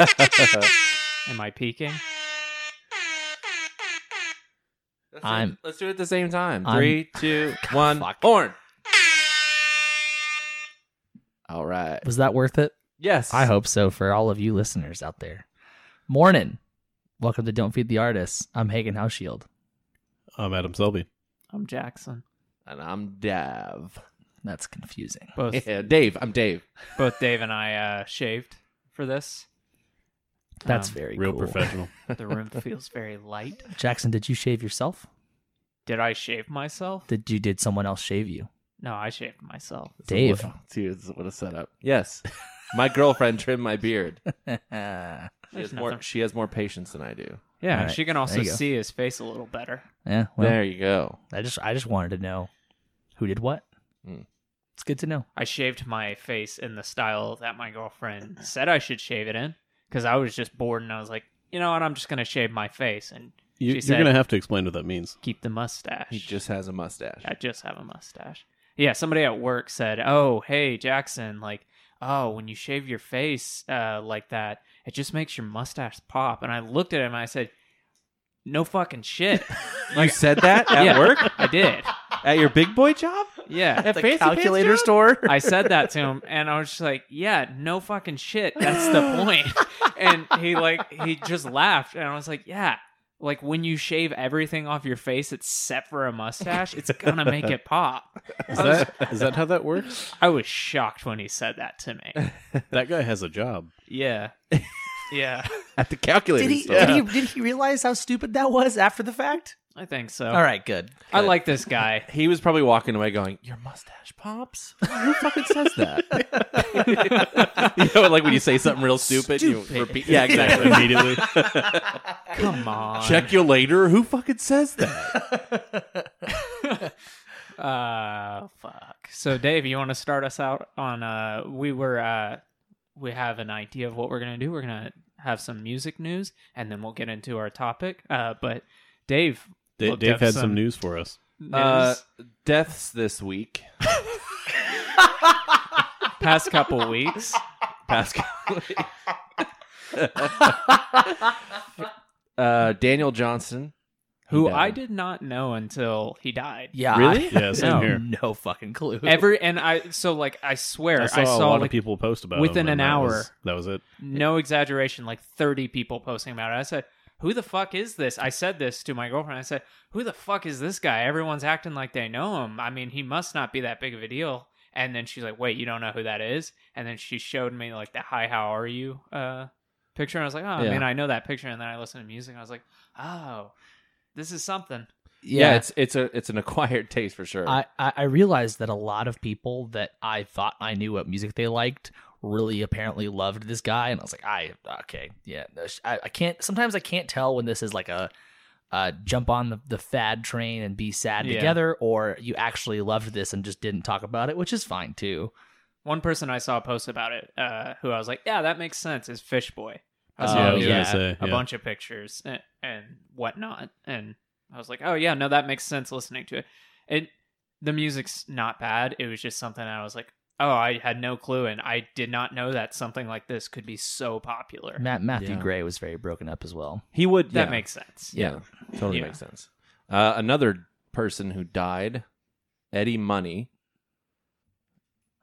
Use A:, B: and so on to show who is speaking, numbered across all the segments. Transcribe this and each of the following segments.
A: Am I peaking?
B: Let's do,
C: I'm-
B: it- let's do it at the same time.
C: I'm-
B: Three, two, one.
C: Fuck.
B: Horn. All right.
C: Was that worth it?
B: Yes.
C: I hope so for all of you listeners out there. Morning. Welcome to Don't Feed the Artists. I'm Hagen House Shield.
D: I'm Adam Selby.
A: I'm Jackson.
B: And I'm Dav.
C: That's confusing.
A: Both
B: Yeah, Dave. I'm Dave.
A: both Dave and I uh, shaved for this.
C: That's
A: Um,
C: very
D: Real
C: cool.
D: professional.
A: The room feels very light.
C: Jackson, did you shave yourself?
A: Did I shave myself?
C: Did you did someone else shave you?
A: No, I shaved myself.
C: Dave.
B: Dude, this is what a setup. Yes. My girlfriend trimmed my beard.
C: yeah.
B: She
A: There's
B: has, more,
A: nothing.
B: she has more patience than I do.
A: Yeah,
C: All right,
A: she can also
C: there you go.
A: see his face a little better.
C: Well,
B: there you go.
C: I just I just wanted to know who did what.
D: Hmm.
B: Mm.
C: It's good to know.
A: I shaved my face in the style that my girlfriend said I should shave it in because I was just bored and I was like, you know what, I'm just gonna shave my face and
D: You,
A: She
D: you're
A: said-
D: going to have to explain what that means.
A: keep the mustache.
B: He just has a mustache.
A: I just have a mustache. Yeah, somebody at work said, "Oh, hey Jackson, like, oh, when you shave your face uh, like that, it just makes your mustache pop." And I looked at him and I said, "No fucking shit."
B: you said that at
A: Yeah,
B: work?
A: I did.
B: At your big boy job?
A: Yeah,
B: At Fancy Pants job?
C: store.
A: I said that to him, and I was just like, "Yeah, no fucking shit. That's the point." And he like he just laughed, and I was like, "Yeah." Like when you shave everything off your face except for a mustache, it's gonna make it pop.
D: Is that, is that how that works?
A: I was shocked when he said that to me.
D: That guy has a job.
A: Yeah. Yeah.
B: At the calculator
C: Did he,
B: store.
C: did he did he realize how stupid that was after the fact?
A: I think so.
C: All right, good.
A: I like this guy.
B: He was probably walking away going, Your mustache pops? Who fucking says that? you know, like when you say something real stupid, you repeat. Yeah, exactly.
D: Immediately.
A: Come on.
B: Check you later. Who fucking says that?
A: Uh fuck. So Dave, you want to start us out on uh we were uh we have an idea of what we're going to do. We're going to have some music news and then we'll get into our topic. Uh but Dave
D: Da-
A: looked
D: Dave
A: up
D: had some news for us.
A: news.
B: Uh, deaths this week.
A: past couple weeks.
B: Pascal. uh, Daniel Johnson,
A: Who
B: died.
A: I did not know until he died.
C: Yeah.
B: Really?
D: Yeah, same
A: No.
D: here.
C: No fucking clue.
A: Every and I so like I swear
D: I saw, a lot
A: like,
D: of people post about
A: within
D: him, and
A: an
D: that
A: hour.
D: was- that was it.
A: no exaggeration, like 30 people posting about it. I said, Who the fuck is this? I said this to my girlfriend. I said, Who the fuck is this guy? Everyone's acting like they know him. I mean, he must not be that big of a deal. And then she's like, Wait, you don't know who that is? And then she showed me, like, the hi, how are you uh, picture. And I was like, Oh, I
B: Yeah.
A: mean, I know that picture. And then I listened to music. And I was like, Oh, this is something.
B: Yeah,
C: yeah.
B: it's it's a it's an acquired taste for sure.
C: I, I I realized that a lot of people that I thought I knew what music they liked really apparently loved this guy, and I was like, I okay, yeah, no, sh- I, I can't. Sometimes I can't tell when this is like a uh, jump on the, the fad train and be sad
A: Yeah.
C: together, or you actually loved this and just didn't talk about it, which is fine too.
A: One person I saw post about it, uh, who I was like, Yeah, that makes sense, is Fishboy. I
C: Oh,
A: saw
D: yeah, I
A: him
D: was
A: do
C: yeah.
D: gonna say
A: a
D: yeah.
A: bunch of pictures and, and whatnot. And I was like, oh yeah, no, that makes sense listening to it. It the music's not bad. It was just something I was like, oh, I had no clue, and I did not know that something like this could be so popular.
C: Matt Matthew
B: Yeah.
C: Gray was very broken up as well.
B: he would
A: that
B: yeah.
A: makes sense.
B: yeah, totally
A: Yeah.
B: makes sense. Uh, another person who died, Eddie Money,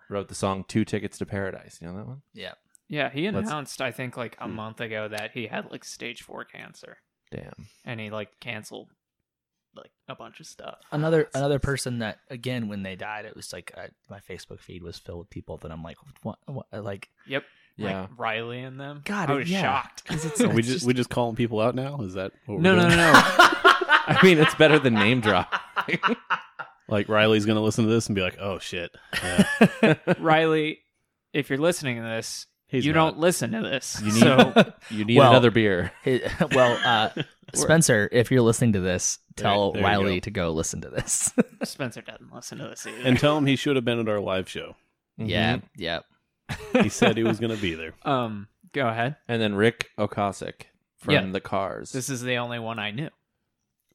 B: wrote the song Two Tickets to Paradise. You know that one?
C: Yeah,
A: Yeah, he
B: Let's-
A: announced I think like
D: Hmm.
A: a month ago that he had like stage four cancer,
B: Damn.
A: and he like canceled like a bunch of stuff.
C: another another person that again when they died, it was like uh, my Facebook feed was filled with people that I'm like, what, what like
A: Yep.
B: Yeah.
A: Like Riley and them.
C: God,
A: I was
C: yeah.
A: shocked.
C: it's,
D: Are we just, we just calling people out now? Is that what we're
B: No, no,
D: doing?
B: no, no. I mean, it's better than name drop.
D: Like Riley's going to listen to this and be like, "Oh shit." Yeah.
A: Riley, if you're listening to this,
D: He's
A: you
D: not.
A: don't listen to this.
B: You need-
A: so
B: You need
C: Well-
B: another beer.
C: Hey, well, uh, Spencer, if you're listening to this,
D: There-
C: tell
D: there you
C: Riley
D: go.
C: to go listen to this.
A: Spencer doesn't listen to this either.
D: And tell him he should have been at our live show.
C: yeah,
B: Mhm.
C: yeah.
D: He said he was going to be there.
A: um, go ahead.
B: And then Rick Okasik from
A: Yeah.
B: the Cars.
A: This is the only one I knew.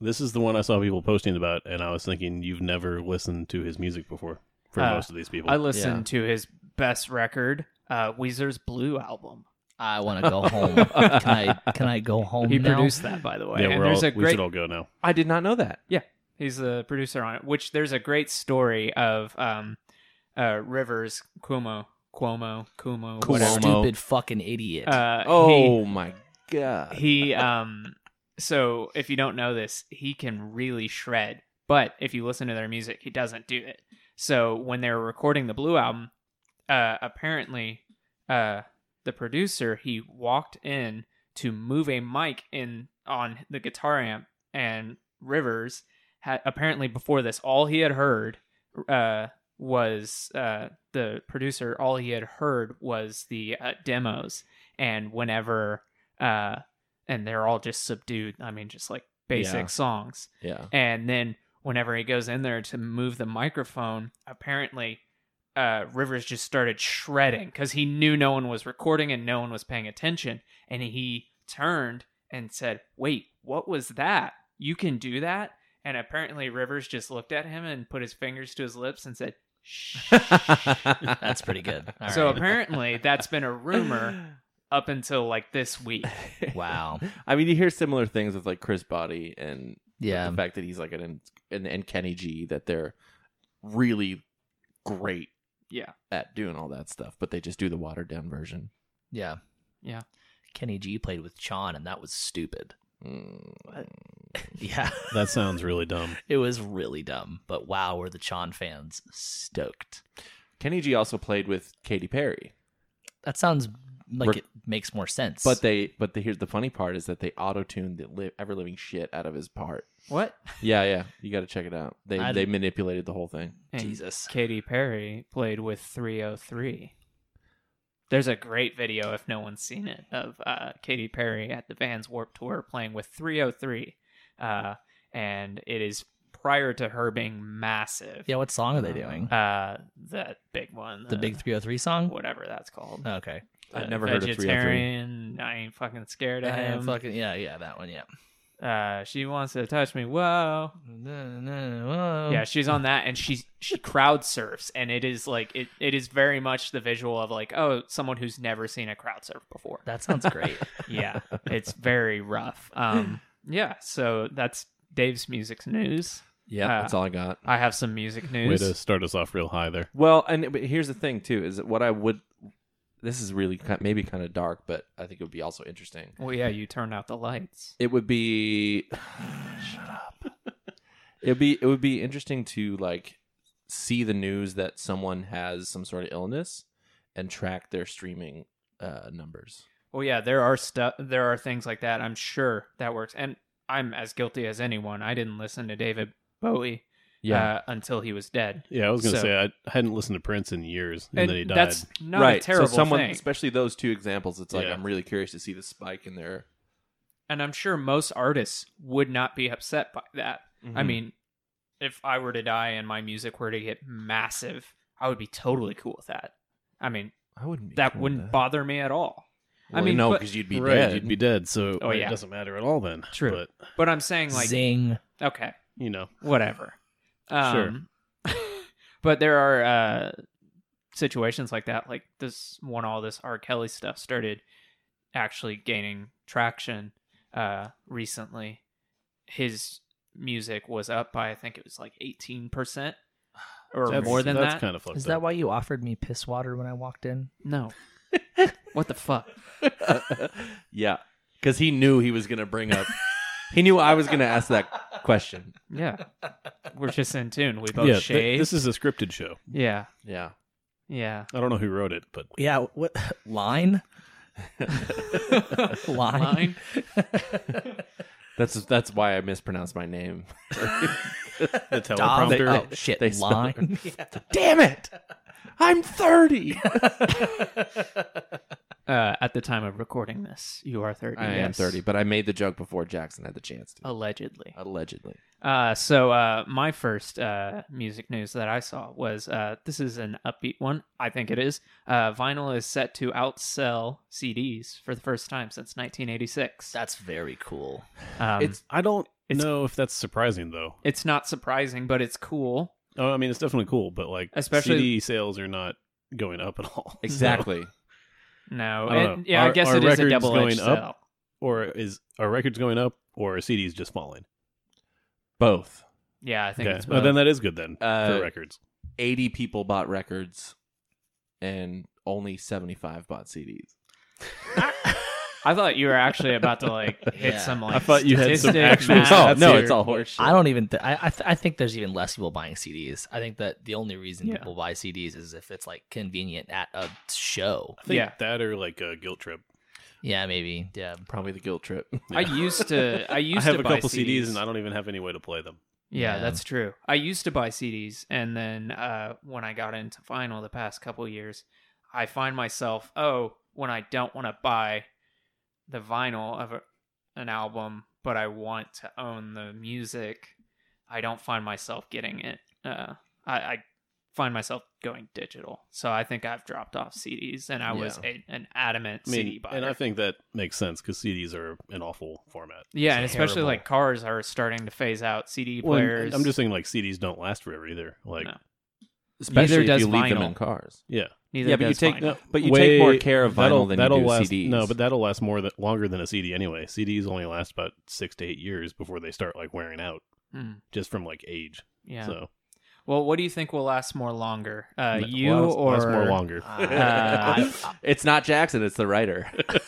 D: This is the one I saw people posting about, and I was thinking you've never listened to his music before. For
A: Uh,
D: most of these people,
A: I listened to his best record, uh, Weezer's Blue album.
C: I want to go home. can I? Can I go home
A: He
C: now?
A: produced that, by the way.
D: Oh, Yeah,
A: and
D: we're
A: there's
D: all,
A: a
D: we
A: great
D: should all go now.
B: I did not know that.
A: He's the producer on it, which there's a great story of um, uh, Rivers Cuomo, Cuomo, Cuomo,
B: Cuomo.
A: whatever.
C: Stupid fucking idiot.
A: Uh,
B: Oh my god.
A: he, he um. So if you don't know this, he can really shred, but if you listen to their music, he doesn't do it. So when they were recording the Blue album, uh, apparently, uh, the producer he walked in to move a mic in on the guitar amp, and Rivers had apparently before this all he had heard uh, was uh, the producer all he had heard was the uh, demos and whenever uh, and they're all just subdued i mean just like basic
B: Yeah.
A: songs
B: yeah.
A: and then whenever he goes in there to move the microphone apparently uh, rivers just started shredding because he knew no one was recording and no one was paying attention and he turned and said wait what was that you can do that and apparently rivers just looked at him and put his fingers to his lips and said shh
C: That's pretty good. All
A: so
C: right.
A: apparently that's been a rumor up until like this week
C: wow.
B: I mean, you hear similar things with like Chris Body and
C: Yeah.
B: the fact that he's like an and and Kenny G that they're really great
A: yeah
B: at doing all that stuff, but they just do the watered down version.
C: Yeah.
A: Yeah.
C: Kenny G played with Chon, and that was stupid.
B: Mm.
C: Yeah.
D: That sounds really dumb.
C: It was really dumb, but wow, were the Chon fans stoked.
B: Kenny G also played with Katy Perry,
C: That sounds like
B: Re-
C: it makes more sense.
B: but they but the, here's the funny part is that they auto tuned the li- ever living shit out of his part.
A: what
B: Yeah, yeah, you got to check it out. They
C: I-
B: they manipulated the whole thing.
C: Jesus.
A: Katy Perry played with 303. There's a great video, if no one's seen it, of uh, Katy Perry at the Vans Warp Tour playing with 303. Uh, and it is prior to her being massive.
C: Yeah, what song are they doing?
A: Uh, that big one.
C: the Big Uh, 303 song?
A: Whatever that's called.
C: Okay.
B: I've
A: The
B: never heard of 303.
A: Vegetarian. I ain't fucking scared of
C: Yeah,
A: him.
C: fucking, yeah, yeah, that one, yeah.
A: Uh, she wants to touch me. Whoa. Yeah,
B: Um,
C: Yeah,
A: she's on that, and she she crowd surfs, and it is like it, it is very much the visual of like oh someone who's never seen a crowd surf before.
C: that sounds great.
A: Yeah, it's very rough. Um, yeah, so that's Dave's music's news.
B: Yeah,
A: Uh,
B: that's all I got.
A: I have some music
D: Way
A: news.
D: to start us off real high there.
B: Well, and but here's the thing too is that what I would. This is really ki- maybe kind of dark, but I think it would be also interesting.
A: Well, yeah, you turned out the lights.
B: It would be. Shut up. It'd be it would be interesting to like see the news that someone has some sort of illness and track their streaming uh, numbers.
A: Well, yeah, there are stuff. There are things like that. I'm sure that works, and I'm as guilty as anyone. I didn't listen to David Bowie. uh, until he was dead.
D: Yeah, I was gonna
A: So-
D: say I hadn't listened to Prince in years, and, then he died.
A: That's not
B: right.
A: a terrible
B: so someone,
A: thing.
B: especially those two examples, it's like
D: Yeah.
B: I'm really curious to see the spike in their.
A: and I'm sure most artists would not be upset by that. I
B: Mhm.
A: mean, if I were to die and my music were to get massive, I would be totally cool with that. I mean,
B: Mm-hmm. I wouldn't. Be
A: that
B: cool with
A: wouldn't bother me at all. I
B: Well,
A: mean,
B: no,
A: but-
B: because you'd be
D: right,
B: dead.
D: you'd be dead. So
A: Oh, yeah.
D: it doesn't matter at all then.
A: True.
D: But
A: But I'm saying like,
C: Zing.
A: okay,
D: you know,
A: whatever. Um, sure. but there are uh, situations like that, like this when all this R. Kelly stuff started actually gaining traction uh, recently. His music was up by I think it was like eighteen percent or
D: that's-
A: more than
D: that's
A: that.
D: kind of fucked
C: Is that
D: up.
C: why you offered me piss water when I walked in?
A: No, what the fuck?
B: yeah, because he knew he was gonna bring up. he knew I was gonna ask that question.
A: Yeah, we're just in tune. We both
D: yeah, th-
A: shave.
D: this is a scripted show.
A: yeah,
B: Yeah,
A: yeah.
D: I don't know who wrote it, but
C: Yeah, what? Line? Line?
A: Line.
B: that's that's why I mispronounced my name.
D: the
C: Dom-
D: teleprompter.
C: oh, shit.
B: they spell
C: line.
B: Damn it! I'm thirty.
A: Uh, at the time of recording this, you are thirty.
B: I am
A: yes. Oh.
B: thirty, but I made the joke before Jackson had the chance to.
A: allegedly.
B: Allegedly,
A: Uh, so uh, my first uh, music news that I saw was uh, this is an upbeat one. I think it is. Uh, vinyl is set to outsell CDs for the first time since 1986.
C: That's very cool.
A: Um, it's
D: I don't
A: it's-
D: know if that's surprising though.
A: it's not surprising, but it's cool.
D: Oh, I mean, it's definitely cool, but like,
A: Especially-
D: CD sales are not going up at all.
B: exactly.
A: No,
D: I don't
A: and-
D: know.
A: yeah, I
D: Oh, Our-
A: guess
D: our
A: it is a
D: record's
A: double edged
D: going up.
A: sell.
D: Or is our records going up, or are CDs just falling?
B: Both.
A: Yeah, I think
D: Okay,
A: it's
D: well,
A: both.
D: then that is good then
B: Uh,
D: for records.
B: 80 people bought records and only 75 bought CDs.
A: I thought you were actually about to like hit
C: Yeah.
A: some like.
D: I thought you had some
A: statistic,
D: actual
A: math,
D: stats
A: or-
D: no, here. it's
B: horseshit.
C: I don't even. Th- I I, th- I think there's even less people buying CDs. I think that the only reason
A: Yeah.
C: people buy CDs is if it's like convenient at a show.
D: I think
A: yeah.
D: that or like a guilt trip.
C: Yeah, maybe. Yeah.
B: Probably the guilt trip.
A: I used to. I used
D: I have
A: to
D: a
A: buy
D: couple CDs.
A: CDs
D: and I don't even have any way to play them.
A: Yeah,
C: Yeah.
A: that's true. I used to buy CDs, and then uh, when I got into vinyl the past couple years, I find myself oh, when I don't want to buy the vinyl of a, an album, but I want to own the music, I don't find myself getting it. Uh, I, I find myself going digital, so I think I've dropped off CDs, and I was a, an adamant
D: I mean,
A: CD buyer.
D: and I think that makes sense because CDs are an awful format.
A: yeah, and
C: it's
A: especially
C: terrible.
A: like cars are starting to phase out CD
D: Well, and-
A: players.
D: I'm just saying like CDs don't last forever either. Like
A: No.
B: Especially if
A: does
B: you leave them
A: vinyl.
B: in cars.
D: yeah,
A: neither
B: yeah, but you
A: does
B: take
A: vinyl.
B: no, but you
D: Way-
B: take more care of
D: that'll-
B: vinyl than you
D: that'll
B: do
D: last,
B: CDs.
D: No, but that'll last more than longer than a CD anyway. CDs only last about six to eight years before they start like wearing out
A: Mm,
D: just from like age.
A: yeah.
D: So
A: Well, what do you think will last more longer? Uh,
D: Well,
A: you
D: last-
A: or
D: last more longer.
C: Uh, I-
B: it's not Jackson, it's the writer.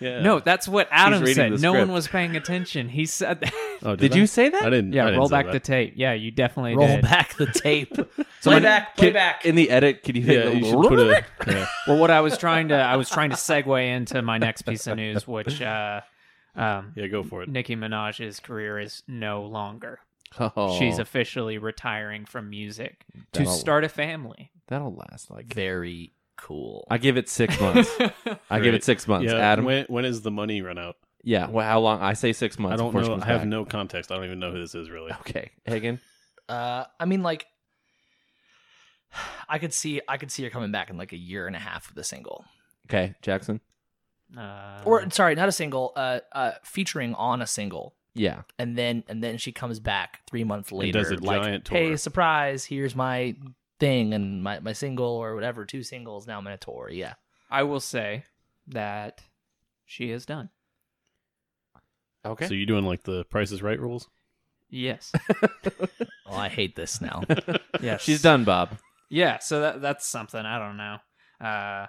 D: Yeah.
A: No, that's what Adam
B: reading
A: said.
B: the
A: No one
B: script.
A: was paying attention. He said that.
D: Oh,
B: Did
D: I?
B: you say that?
D: I didn't. I
A: yeah,
D: didn't
A: roll
D: say
A: back
D: that.
A: the tape. Yeah, you definitely
C: roll
A: did.
C: back the tape.
B: Someone-
C: back, play
B: can-
C: back.
B: In the edit, can you hit
D: Yeah,
B: the-
D: you should put a. Yeah.
A: Well, what I was trying to I was trying to segue into my next piece of news, which uh, um,
D: yeah, go for it.
A: Nicki Minaj's career is no longer.
B: Oh,
A: She's officially retiring from music to
B: That'll-
A: start a family.
B: That'll last like
C: Very cool.
B: I give it six months. I give
D: Great.
B: it six months.
D: Yeah,
B: Adam.
D: When, when is the money run out?
B: Yeah. Well, how long? I say six months.
D: I don't
B: before she
D: know. I
B: comes
D: have
B: back.
D: no context. I don't even know who this is really.
B: Okay, Hagen.
C: Uh, I mean, like, I could see, I could see her coming back in like a year and a half with a single,
B: Okay, Jackson.
A: Uh,
C: or
D: Uh-huh.
C: sorry, not a single, uh, uh, featuring on a single,
B: Yeah.
C: and then and then she comes back three months later,
D: does a
C: like,
D: giant
C: hey,
D: tour."
C: surprise, here's my thing and my my single or whatever, two singles. Now I'm in a tour. Yeah,
A: I will say that she is done.
B: Okay.
D: So you're doing like the Price is Right rules?
A: Yes.
C: oh, I hate this now.
A: yes.
B: She's done, Bob.
A: Yeah, so that that's something. I don't know. Uh,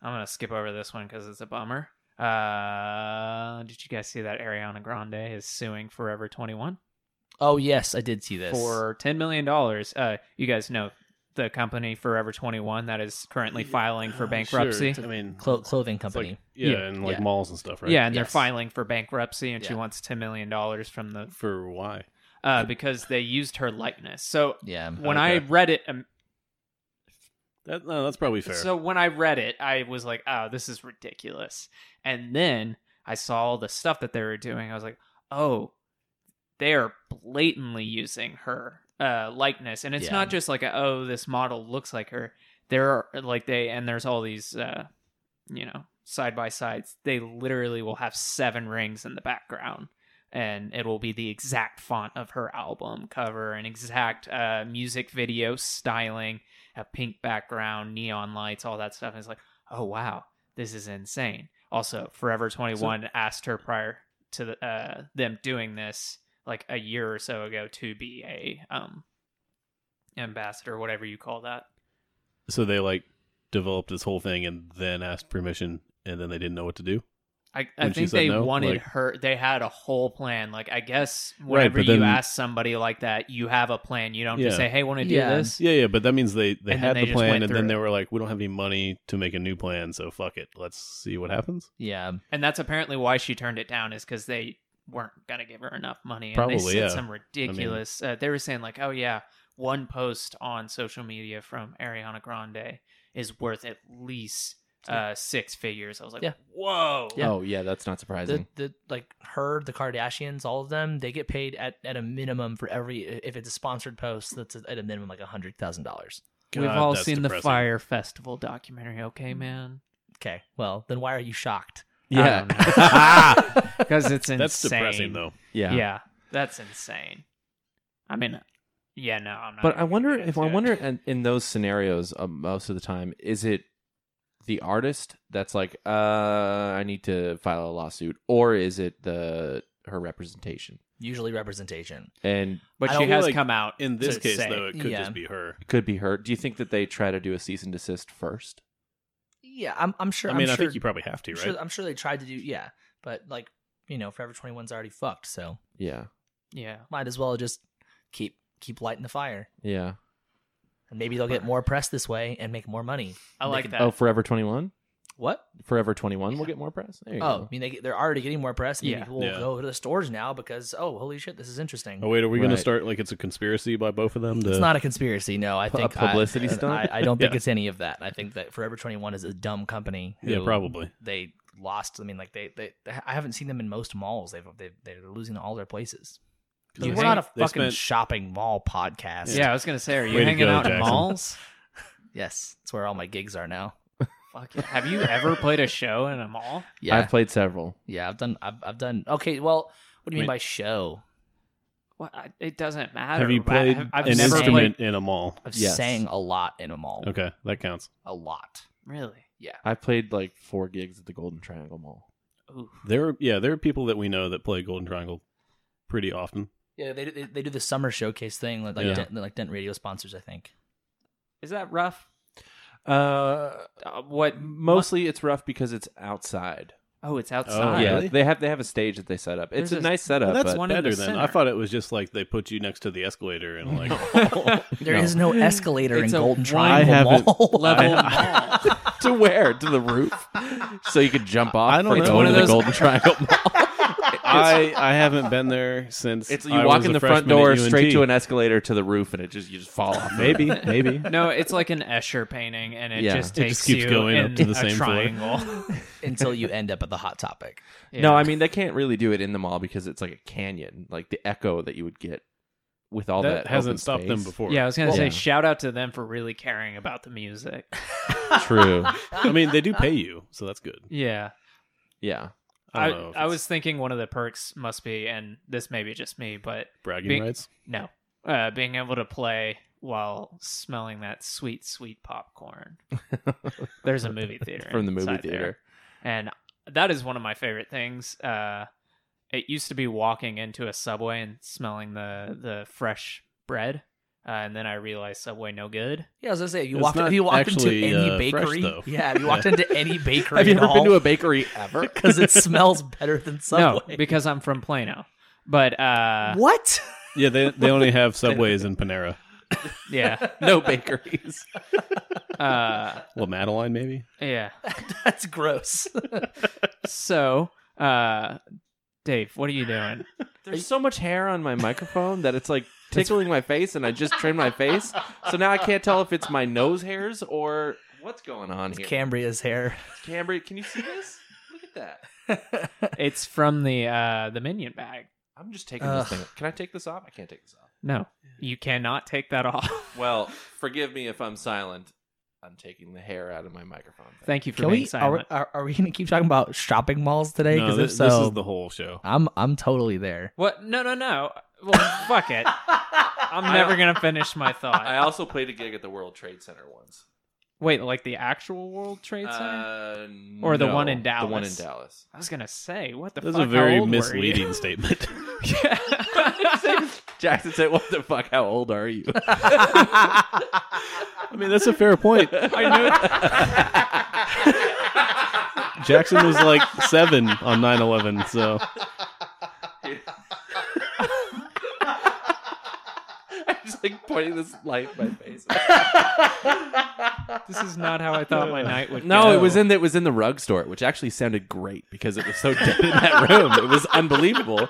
A: I'm gonna skip over this one because it's a bummer. Uh, did you guys see that Ariana Grande is suing Forever 21
C: oh yes, I did see this.
A: for 10 million dollars? Uh, you guys know the company Forever 21 that is currently filing
C: Ah,
A: for bankruptcy.
D: Ah, Sure. I mean,
C: Clo- clothing
D: it's
C: company.
D: like, yeah,
A: Yeah.
D: and like
C: Yeah.
D: malls and stuff, right?
A: Yeah, and they're
C: Yes.
A: filing for bankruptcy, and she
C: Yeah.
A: wants 10 million dollars from the
D: For why?
A: uh, because they used her likeness. So
C: yeah,
A: when I
D: Okay.
A: read it um,
D: That, no, that's probably fair.
A: So when I read it, I was like, "Oh, this is ridiculous." And then I saw all the stuff that they were doing. I was like, "Oh, they are blatantly using her uh, likeness, and it's
C: Yeah.
A: not just like, a, oh, this model looks like her. There are like they and there's all these, uh, you know, side by sides. They literally will have seven rings in the background." And it will be the exact font of her album cover and exact uh, music video styling a pink background, neon lights, all that stuff. And it's like, oh wow, this is insane. Also, Forever 21 asked her prior to the, uh, them doing this like a year or so ago to be a um ambassador, whatever you call that.
D: so they like developed this whole thing and then asked permission and then they didn't know what to do.
A: I, I
D: When she
A: think
D: said
A: they
D: no,
A: wanted
D: like-
A: her. They had a whole plan. Like I guess
D: Right,
A: whenever
D: but
A: you
D: then-
A: ask somebody like that, you have a plan. You don't just
D: Yeah.
A: say, "Hey, want to
C: Yeah.
A: do this?"
D: Yeah, yeah, but that means they
A: And
D: they
A: then
D: had
A: they
D: the
A: just
D: plan
A: went
D: and
A: through
D: then they
A: it.
D: were like, we don't have any money to make a new plan, so fuck it. Let's see what happens.
C: yeah,
A: And that's apparently why she turned it down, is because they weren't gonna give her enough money. And
D: Probably,
A: they said
D: yeah.
A: some ridiculous. uh, they were saying like, "Oh yeah, one post on social media from Ariana Grande is worth at least uh, six figures." I was like,
C: Yeah.
A: "Whoa!"
C: Yeah.
B: Oh yeah, that's not surprising.
C: the, the like her, the Kardashians, all of them, they get paid at, at a minimum for every if it's a sponsored post that's at a minimum like a hundred thousand dollars.
A: We've
D: God,
A: all
D: that's
A: seen the
D: depressing.
A: Fire Festival documentary, okay, man?
C: Okay, well then why are you shocked?
A: Yeah.
B: yeah.
A: Because it's insane.
D: That's depressing though.
A: Yeah. that's insane. I mean, yeah, no, I'm not.
B: But I
A: even gonna
B: wonder
A: get
B: if
A: into
B: I
A: it.
B: wonder in, in those scenarios uh, most of the time is it the artist that's like, uh, I need to file a lawsuit, or is it the her representation?
C: Usually representation.
B: And
A: But
D: I
A: she
D: don't
A: has
D: like-
A: come out
D: In this
A: to
D: case,
A: say-
D: though, it could
C: Yeah.
D: just be her.
B: it could be her. Do you think that they try to do a cease and desist first?
C: Yeah, I'm, I'm sure.
D: I mean,
C: I'm
D: I
C: sure,
D: think you probably have to,
C: I'm
D: right?
C: sure, I'm sure they tried to do. Yeah, but like you know, Forever 21's already fucked, so
B: Yeah,
A: yeah,
C: might as well just keep keep lighting the fire,
B: yeah.
C: and maybe they'll get more press this way and make more money.
A: I like that.
B: Oh, Forever Twenty One.
C: What?
B: Forever Twenty One will get more press. There you
C: Oh, I
B: go.
C: mean, they, they're already getting more press. Maybe
A: Yeah.
C: people will
D: Yeah.
C: go to the stores now because oh, holy shit, this is interesting.
D: oh wait, are we going
B: Right.
D: to start like it's a conspiracy by both of them? To,
C: It's not a conspiracy. No, I
B: Pu-
C: think
B: a publicity
C: I,
B: stunt?
C: I, I don't think
D: Yeah.
C: it's any of that. I think that Forever 21 is a dumb company.
D: Yeah,
C: who
D: probably.
C: They lost. I mean, like they, they, I haven't seen them in most malls. They've, they, they're losing all their places.
A: You
C: We're
A: hang-
C: not a
D: they
C: fucking
D: spent-
C: shopping mall podcast.
A: yeah, I was gonna say, are you
D: Way to
A: hanging
D: go,
A: out in
D: Jackson.
A: malls?
C: Yes, that's where all my gigs are now.
A: Fuck yeah. Have you ever played a show in a mall?
C: Yeah,
B: I've played several.
C: yeah. I've done. I've, I've done. Okay. Well, what do you mean
D: Wait.
C: by show?
A: Well, I- it doesn't matter.
D: Have you played
A: I, have- I've
D: an
A: never
D: instrument in a mall?
C: I've
B: Yes.
C: sang a lot in a mall.
D: Okay, that counts.
C: A lot.
A: Played, really?
B: I played like four gigs at the Golden Triangle Mall.
A: Ooh.
D: There, are, yeah, there are people that we know that play Golden Triangle pretty often.
C: Yeah, they, they, they do the summer showcase thing, like like,
D: Yeah.
C: Dent, like Dent Radio sponsors, I think.
A: Is that rough?
B: Uh,
A: Uh, what?
B: mostly it's rough because it's outside.
A: Oh, it's outside.
B: yeah,
D: really?
B: they have they have a stage that they set up. It's
A: There's
B: a
A: a-
B: nice setup.
D: Well, that's
B: but-
A: one in the
D: better than I
A: center.
D: thought. It was just like they put you next to the escalator and like
C: There is no escalator
A: It's
C: in
A: a
C: Golden
A: one
C: Triangle
B: haven't-
C: Mall.
A: Level
C: I-
A: mall.
B: to where to the roof, so you could jump off.
D: I don't
B: for
D: know.
B: going
A: One
B: to
A: of
B: the
A: those-
B: Golden Triangle Mall.
D: I I haven't been there since.
B: It's you
D: I
B: walk
D: was
B: in
D: a
B: the front
D: freshman at
B: door
D: UNT.
B: straight to an escalator to the roof, and it just you just fall off.
D: maybe maybe.
A: No, it's like an Escher painting, and it
B: Yeah.
A: just
D: It
A: takes
D: just keeps
A: you
D: going up
A: in
D: to the
A: a
D: same floor.
A: triangle.
C: until you end up at the hot topic.
B: No,
A: Yeah.
B: I mean they can't really do it in the mall because it's like a canyon, like the echo that you would get with all that,
D: that hasn't
B: open
D: stopped
B: space.
D: them before.
A: Yeah, I was gonna
B: Well-
A: say
B: Yeah.
A: shout out to them for really caring about the music.
B: True.
D: I mean they do pay you, so that's good.
A: Yeah,
B: Yeah.
D: I
A: I
D: don't know if
A: I
D: it's
A: was thinking one of the perks must be, and this may be just me, but
D: bragging
A: being-
D: rights.
A: no, uh, being able to play while smelling that sweet, sweet popcorn. There's a movie theater
B: From the movie
A: inside there.
B: theater.
A: and that is one of my favorite things. Uh, it used to be walking into a subway and smelling the the fresh bread, uh, and then I realized Subway no good.
C: Yeah, I was gonna say if you
D: It's
C: walked if
D: not
C: you walked
D: actually,
C: into any
D: uh, fresh,
C: bakery.
D: though.
C: yeah, if you walked into any bakery.
B: Have you ever
C: at
B: been to
C: all,
B: a bakery ever?
C: because it smells better than Subway?
A: No, because I'm from Plano. But uh,
C: what?
D: Yeah, they they only have subways in Panera.
A: yeah,
B: no bakeries.
A: uh,
D: La Madeline, maybe.
A: yeah.
C: That's gross.
A: So, uh, Dave, what are you doing?
B: There's so much hair on my microphone that it's like tickling my face, and I just trimmed my face, so now I can't tell if it's my nose hairs or what's going on here.
C: Cambria's hair.
B: Cambria, can you see this? Look at that.
A: It's from the uh, the minion bag.
B: I'm just taking
C: Ugh.
B: this thing. Can I take this off? I can't take this off.
A: No, you cannot take that off.
B: Well, forgive me if I'm silent. I'm taking the hair out of my microphone.
A: Thank you for
C: Can
A: being
C: we are, we
A: silent.
C: are are we gonna keep talking about shopping malls today?
D: no,
C: Because
D: this,
C: if so,
D: this is the whole show.
C: I'm I'm totally there.
A: What? No, no, no. Well, fuck it. I'm never gonna finish my thought.
B: I also played a gig at the World Trade Center once.
A: Wait, like the actual World Trade Center?
B: Uh,
A: Or the
B: no,
A: one in
B: The one in
A: Dallas.
B: Dallas.
A: I was gonna say, what the
D: That's
A: fuck?
D: a very
A: how old
D: misleading statement.
A: Were you? Yeah.
B: Jackson said, "What the fuck? How old are you?"
D: I mean, that's a fair point.
A: I knew it.
D: Jackson was like seven on 9-11, so
B: I'm just like pointing this light in my face.
A: This is not how I thought my night would.
B: No,
A: go.
B: it was in it was in the rug store, which actually sounded great because it was so dead in that room. It was unbelievable.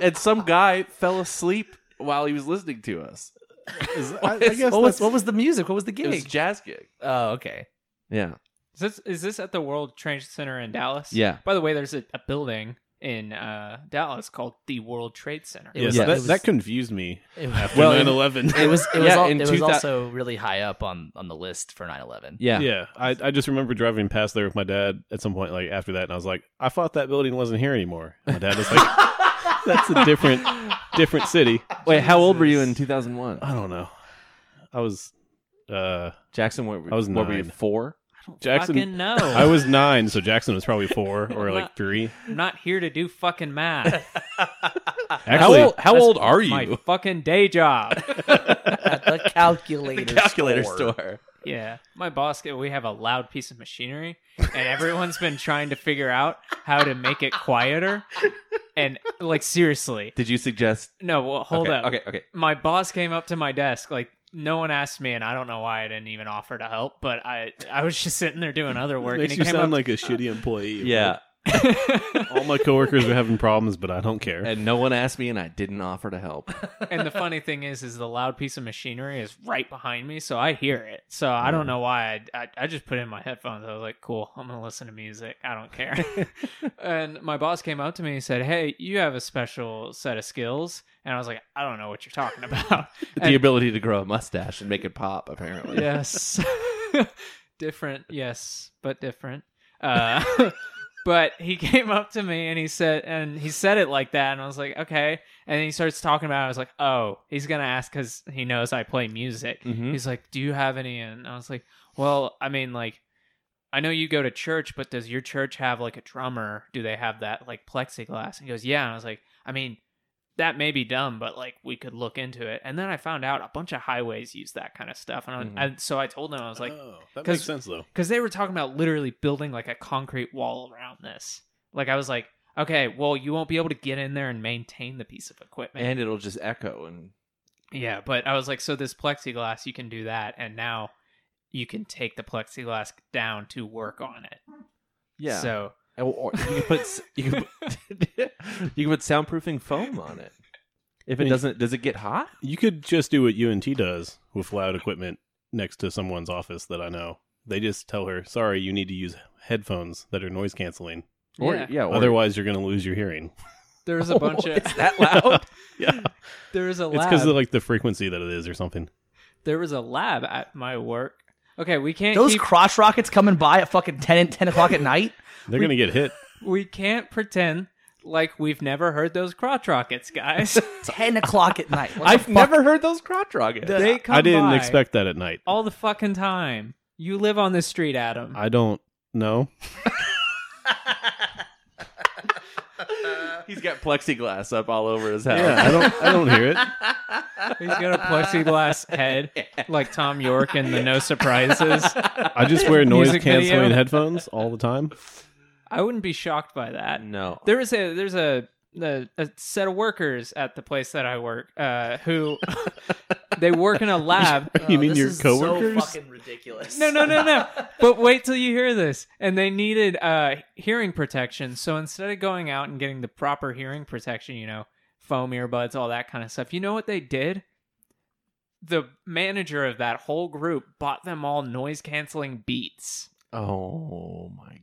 B: And some guy fell asleep while he was listening to us.
D: I, I guess
C: What was
D: that's,
C: what was the music? What was the
B: It was a
C: gig?
B: jazz gig.
C: oh, okay.
B: Yeah.
A: Is this, is this at the World Trade Center in Dallas?
B: Yeah.
A: By the way, there's a, a building in uh, Dallas called the World Trade Center.
C: It was-
D: yeah,
C: it
D: that,
C: was-
D: that confused me
C: It was-
D: after
B: Well, in-
D: 9-11.
C: It was it was,
B: Yeah,
C: al-
B: in
C: it was
B: 2000
C: also really high up on on the list for 9/11.
B: Yeah.
D: yeah, I, I just remember driving past there with my dad at some point, like after that, and I was like, I thought that building wasn't here anymore. And my dad was like, that's a different different city.
B: Wait, how old were you in 2001?
D: I don't know. I was, uh,
B: Jackson, what, were-
D: I was
B: what were you,
D: nine.
B: four?
A: don't
D: Jackson-
A: fucking know.
D: I was nine, so Jackson was probably four or like three.
A: I'm not here to do fucking math.
D: Actually,
B: how old, how
A: That's
B: old are you?
A: My fucking day job.
C: At the calculator.
B: Calculator
C: store.
B: store.
A: Yeah, my boss. We have a loud piece of machinery, and everyone's been trying to figure out how to make it quieter. And like seriously,
B: Did you suggest?
A: no. Well, hold
B: okay,
A: up.
B: Okay, okay.
A: My boss came up to my desk. Like no one asked me, and I don't know why I didn't even offer to help. But I, I was just sitting there doing other work, and
D: makes
A: he
D: you
A: came
D: sound
A: up.
D: like a shitty employee.
B: Yeah,
D: all my coworkers are having problems, but I don't care.
B: and no one asked me, and I didn't offer to help.
A: and the funny thing is, is the loud piece of machinery is right behind me, so I hear it. So I don't know why. I, I, I just put in my headphones. I was like, cool, I'm gonna listen to music. I don't care. and my boss came up to me and said, hey, you have a special set of skills. And I was like, I don't know what you're talking about.
B: the ability to grow a mustache and make it pop, apparently.
A: yes, different. Yes, but different. Uh, but he came up to me and he said, and he said it like that, and I was like, okay. And then he starts talking about. It, I was like, oh, he's gonna ask because he knows I play music.
B: Mhm.
A: He's like, do you have any? And I was like, well, I mean, like. I know you go to church, but does your church have like a drummer? Do they have that like plexiglass? And he goes, Yeah. And I was like, I mean, that may be dumb, but like we could look into it. And then I found out a bunch of highways use that kind of stuff. And, I,
B: Mhm.
A: and so I told them, I was like,
D: oh, that
A: 'cause-
D: makes sense though.
A: because they were talking about literally building like a concrete wall around this. Like I was like, okay, well, you won't be able to get in there and maintain the piece of equipment.
B: And it'll just echo and
A: yeah, but I was like, so this plexiglass, you can do that. And now you can take the plexiglass down to work on it.
B: yeah.
A: So
B: Or- or you can put s- you can put, you can put soundproofing foam on it. If it doesn't, does it get hot?
D: You could just do what UNT does with loud equipment next to someone's office that I know. They just tell her, "Sorry, you need to use headphones that are noise canceling.
B: Or
A: Yeah.
B: yeah, or,
D: Otherwise, you're going to lose your hearing."
A: there was a bunch of
B: it's that loud.
D: Yeah,
A: there was a
D: it's
A: lab.
D: because of like the frequency that it is or something.
A: there was a lab at my work. Okay, we can't
C: Those
A: keep
C: crotch rockets coming by at fucking 10, 10 o'clock at night.
D: They're going to get hit.
A: we can't pretend like we've never heard those crotch rockets, guys.
C: 10 o'clock at night. What the
B: I've
C: fuck?
B: never heard those crotch rockets.
A: they come
D: I didn't
A: by
D: expect that at night.
A: all the fucking time. You live on this street, Adam.
D: I don't know.
B: He's got plexiglass up all over his house.
D: Yeah, I don't. I don't hear it.
A: He's got a plexiglass head like Tom York in the No Surprises.
D: I just wear noise
A: Music video.
D: canceling headphones all the time.
A: I wouldn't be shocked by that.
B: No.
A: There is a there's a a, a set of workers at the place that I work uh, who they work in a lab.
D: you
C: Oh,
D: mean
C: this
D: your
C: is
D: coworkers?
C: So fucking ridiculous.
A: No, no, no, no. But wait till you hear this. And they needed uh, hearing protection. So instead of going out and getting the proper hearing protection, you know, foam earbuds, all that kind of stuff, you know what they did? The manager of that whole group bought them all noise canceling beats.
B: oh my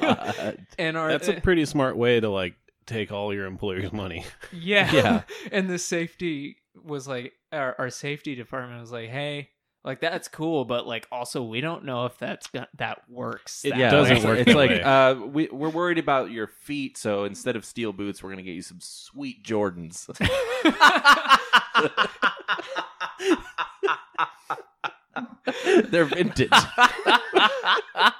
B: god.
A: And are
D: That's a pretty smart way to like take all your employer's money.
A: yeah.
B: Yeah.
A: and the safety was like, our, our safety department was like, hey, like that's cool, but like also we don't know if that's got- that works. That
B: yeah,
D: doesn't
B: it's,
D: work
B: It's
D: that
B: like
D: way.
B: uh, we we're worried about your feet, so instead of steel boots, we're gonna get you some sweet Jordans. They're vintage.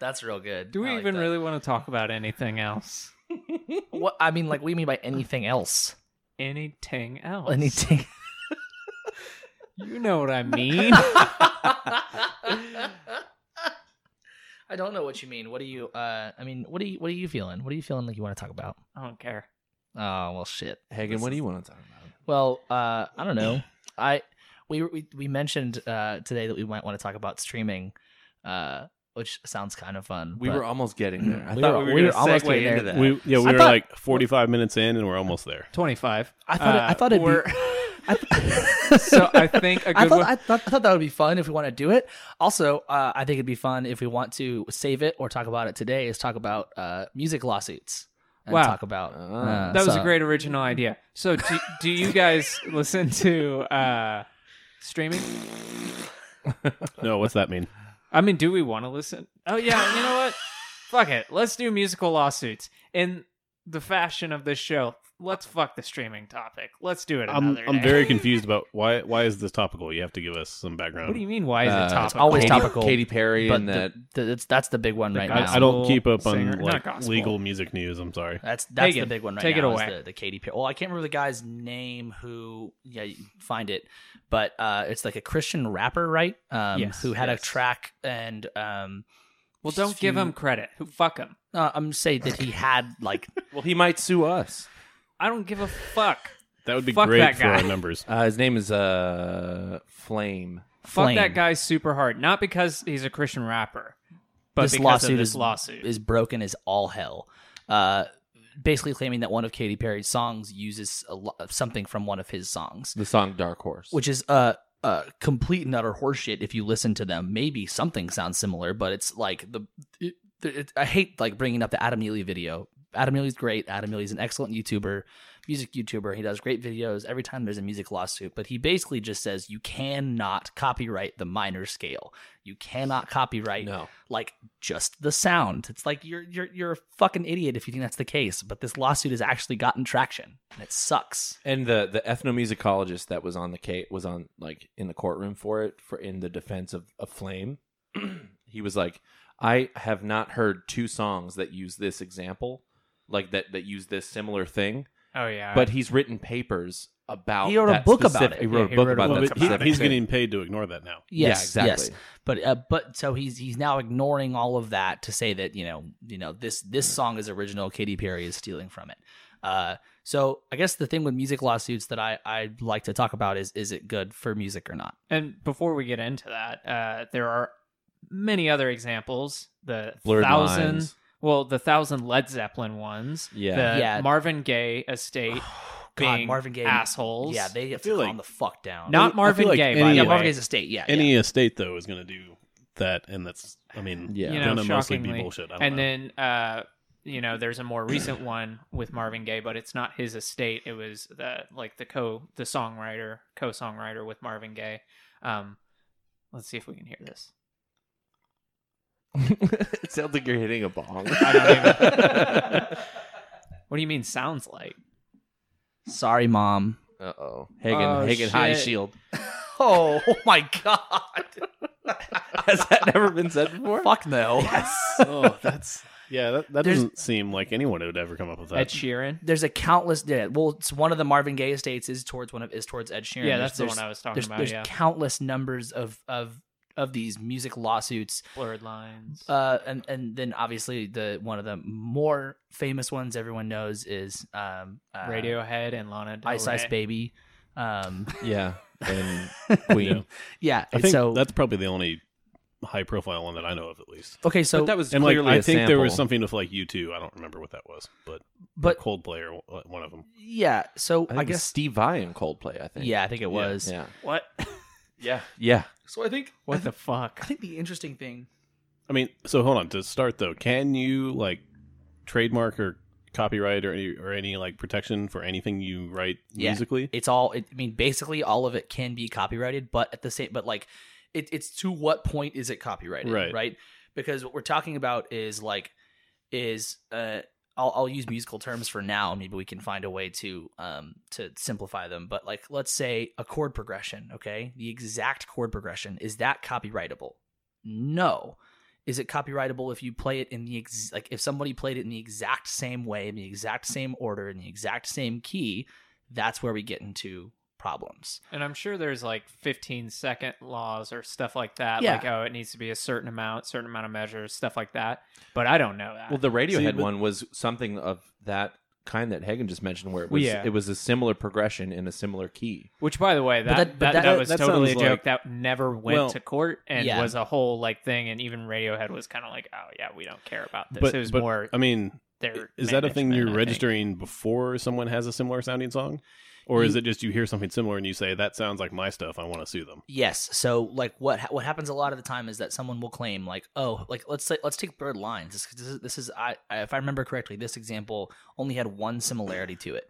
C: That's real good.
A: Do we
C: I like
A: even
C: that.
A: really want to talk about anything else?
C: What I mean, like, what do you mean by anything else?
A: anything else.
C: Anything?
A: You know what I mean.
C: I don't know what you mean. What do you? Uh, I mean, what do you? What are you feeling? What are you feeling like you want to talk about?
A: I don't care.
C: Oh well, shit.
B: Hagen, what do you want to talk about?
C: Well, uh, I don't know. I we we we mentioned uh, today that we might want to talk about streaming, uh, which sounds kind of fun.
B: We
C: but-
B: were almost getting there. I
C: We
B: thought
C: were-
B: we were,
C: we were
B: going
C: almost
B: to segue
C: getting
B: into
C: there.
B: that.
D: We yeah, we
C: I
D: were
C: thought-
D: like 45 minutes in and we're almost there.
A: 25.
C: I thought it- I thought it'd be-
A: or-
C: I th-
A: uh, so I think a
C: I
A: good
C: thought,
A: one.
C: I, thought, I thought that would be fun if we want to do it. Also, uh, I think it'd be fun if we want to save it or talk about it today. Is talk about uh, music lawsuits and
A: Wow.
C: talk about uh,
A: that was
C: so-
A: a great original idea. So do, do you guys listen to uh streaming?
D: No, what's that mean?
A: I mean, do we want to listen? Oh yeah, you know what? Fuck it. Let's do musical lawsuits in the fashion of this show. let's fuck the streaming topic. Let's do it
D: I'm,
A: another
D: I'm
A: day.
D: very confused about why why is this topical? You have to give us some background.
A: What do you mean? Why is
B: Uh,
A: it
B: it's
A: topical?
C: always
B: Katy-
C: topical,
B: Katy Perry
C: but
B: and
C: the-
B: that.
C: the- that's that's the big one
A: The
C: right
A: gospel-
C: now.
D: I, I don't keep up
A: singer-
D: on
A: not
D: like
A: gospel.
D: legal music news. I'm sorry.
C: That's that's
A: Take
C: the
A: it.
C: big one right
A: Take it
C: now.
A: away.
C: Is the, the Katy Perry. Well, I can't remember the guy's name who. Yeah, you can find it. But uh, it's like a Christian rapper, right? Um,
A: Yes,
C: who had
A: yes.
C: a track and um,
A: well, don't give him credit. Who fuck him?
C: uh, I'm saying that he had like
B: Well, he might sue us.
A: I don't give a fuck.
D: That would be
A: Fuck that
D: great for our
A: guy.
D: numbers.
B: Uh, his name is uh Flame.
A: fuck
C: flame.
A: that guy super hard. Not because he's a Christian rapper, but
C: this
A: because
C: lawsuit
A: of this
C: is
A: lawsuit.
C: is broken as all hell. Uh, basically claiming that one of Katy Perry's songs uses a lo- something from one of his songs,
B: The song Dark Horse.
C: which is uh, uh complete and utter horseshit. If you listen to them, maybe something sounds similar, but it's like the. It, it, I hate like bringing up the Adam Neely video. Adam Neely's great. Adam Neely's an excellent YouTuber, music YouTuber. He does great videos every time there's a music lawsuit, but he basically just says you cannot copyright the minor scale. You cannot copyright
B: no.
C: like just the sound. It's like you're you're you're a fucking idiot if you think that's the case. But this lawsuit has actually gotten traction, and it sucks.
B: And the the ethnomusicologist that was on the case was on like in the courtroom for it for in the defense of, of Flame. he was like, I have not heard two songs that use this example, like that that use this similar thing.
A: oh yeah,
B: But he's written papers about.
C: He wrote a
B: that
C: book about
B: specific-
C: it.
B: He wrote
A: Yeah,
B: a
A: he
B: book
A: wrote a
B: about
A: book
B: that.
A: about it.
D: But
B: specific
D: he, he's
B: thing.
D: getting paid to ignore that now.
C: Yes,
B: yeah,
C: yes.
B: exactly.
C: But uh, but so he's he's now ignoring all of that to say that you know you know this this song is original. Katy Perry is stealing from it. Uh, so I guess the thing with music lawsuits that I I like to talk about is is it good for music or not?
A: and before we get into that, uh, there are many other examples. The
B: Blurred
A: thousand,
B: lines.
A: well, the thousand Led Zeppelin ones.
B: Yeah.
A: the
C: Yeah.
A: Marvin Gaye estate
C: God,
A: being
C: Marvin Gaye
A: assholes.
C: Yeah, they have to
D: feel
C: calm
D: like-
C: the fuck down.
D: I
A: not
D: feel
A: Marvin
D: like
A: Gaye.
D: any-
A: by the
C: yeah,
A: way.
C: Marvin Gaye's estate. Yeah, yeah.
D: Any estate though is going to do that, and that's I mean,
B: Yeah.
A: you
B: You
A: know,
D: gonna mostly be
A: shockingly.
D: bullshit. I don't
A: and
D: know.
A: then, uh, you know, there's a more recent one with Marvin Gaye, but it's not his estate. It was the like the co the songwriter co songwriter with Marvin Gaye. Um, let's see if we can hear this.
B: it sounds like you're hitting a bong.
A: I don't even. what do you mean? Sounds like
C: Sorry, mom.
B: Uh oh. Hagen,
A: Oh,
B: Hagen High
A: shit.
B: Shield.
C: Oh, oh my god.
B: Has that never been said before?
C: Fuck no.
D: oh, that's yeah. That, that
C: There's-
D: doesn't seem like anyone would ever come up with
A: Ed
D: that.
A: Sheeran.
C: There's a countless. Yeah, well, it's one of the Marvin Gaye estates is towards one of is towards Ed Sheeran.
A: Yeah,
C: There's-
A: that's the
C: there's-
A: one I was talking
C: There's,
A: about.
C: there's
A: Yeah,
C: countless numbers of of of these music lawsuits,
A: blurred lines.
C: uh, and and then obviously the one of the more famous ones everyone knows is um, uh,
A: Radiohead and Lana Del
C: Ice Ice
A: Rey.
C: Baby. Um,
B: Yeah. And Queen.
C: yeah,
D: I think
C: so
D: that's probably the only high profile one that I know of, at least.
C: okay, so
B: but that was
D: And like,
B: clearly
D: I
B: a
D: think there was
B: sample.
D: something with like you two. I don't remember what that was, but
C: but
D: Coldplay or one- uh, one of them.
C: yeah, so
B: I,
C: I,
B: think it was
C: guess
B: Steve Vai in Coldplay. I think.
C: yeah, I think it was.
B: Yeah.
A: What?
B: Yeah. Yeah.
C: So I think
A: What the
C: I
A: fuck?
C: think the interesting thing
D: I mean, so hold on to start though. Can you like trademark or copyright or any or any like protection for anything you write
C: Yeah.
D: musically?
C: it's all it, i mean basically all of it can be copyrighted but at the same but like it, it's to what point is it copyrighted
D: Right.
C: right because what we're talking about is like is uh I'll, I'll use musical terms for now maybe we can find a way to um to simplify them but like let's say a chord progression okay the exact chord progression is that copyrightable no is it copyrightable if you play it in the ex- like if somebody played it in the exact same way in the exact same order in the exact same key that's where we get into problems
A: And I'm sure there's like 15 second laws or stuff like that.
C: Yeah.
A: Like, oh, it needs to be a certain amount, certain amount of measures, stuff like that. But I don't know that.
B: Well, the Radiohead
D: but-
B: one was something of that kind that Hagen just mentioned, where it was
A: Yeah.
B: it was a similar progression in a similar key.
A: Which, by the way, that
C: that-
A: that,
C: but
A: that,
C: that-
A: was
D: that
A: totally a
D: sounds
A: joke.
D: like-
A: that never went
D: Well,
A: to court and
C: yeah.
A: was a whole like thing. And even Radiohead was kind of like, oh yeah, we don't care about this.
D: But,
A: it was
D: but,
A: more.
D: I mean,
A: their
D: is that a thing
A: management,
D: you're
A: I think.
D: registering before someone has a similar sounding song, or is
C: You-
D: it just you hear something similar and you say that sounds like my stuff? I want to sue them.
C: Yes. So like what ha- what happens a lot of the time is that someone will claim like oh like let's say let's take blurred lines this, this is this is I, I if I remember correctly this example only had one similarity to it.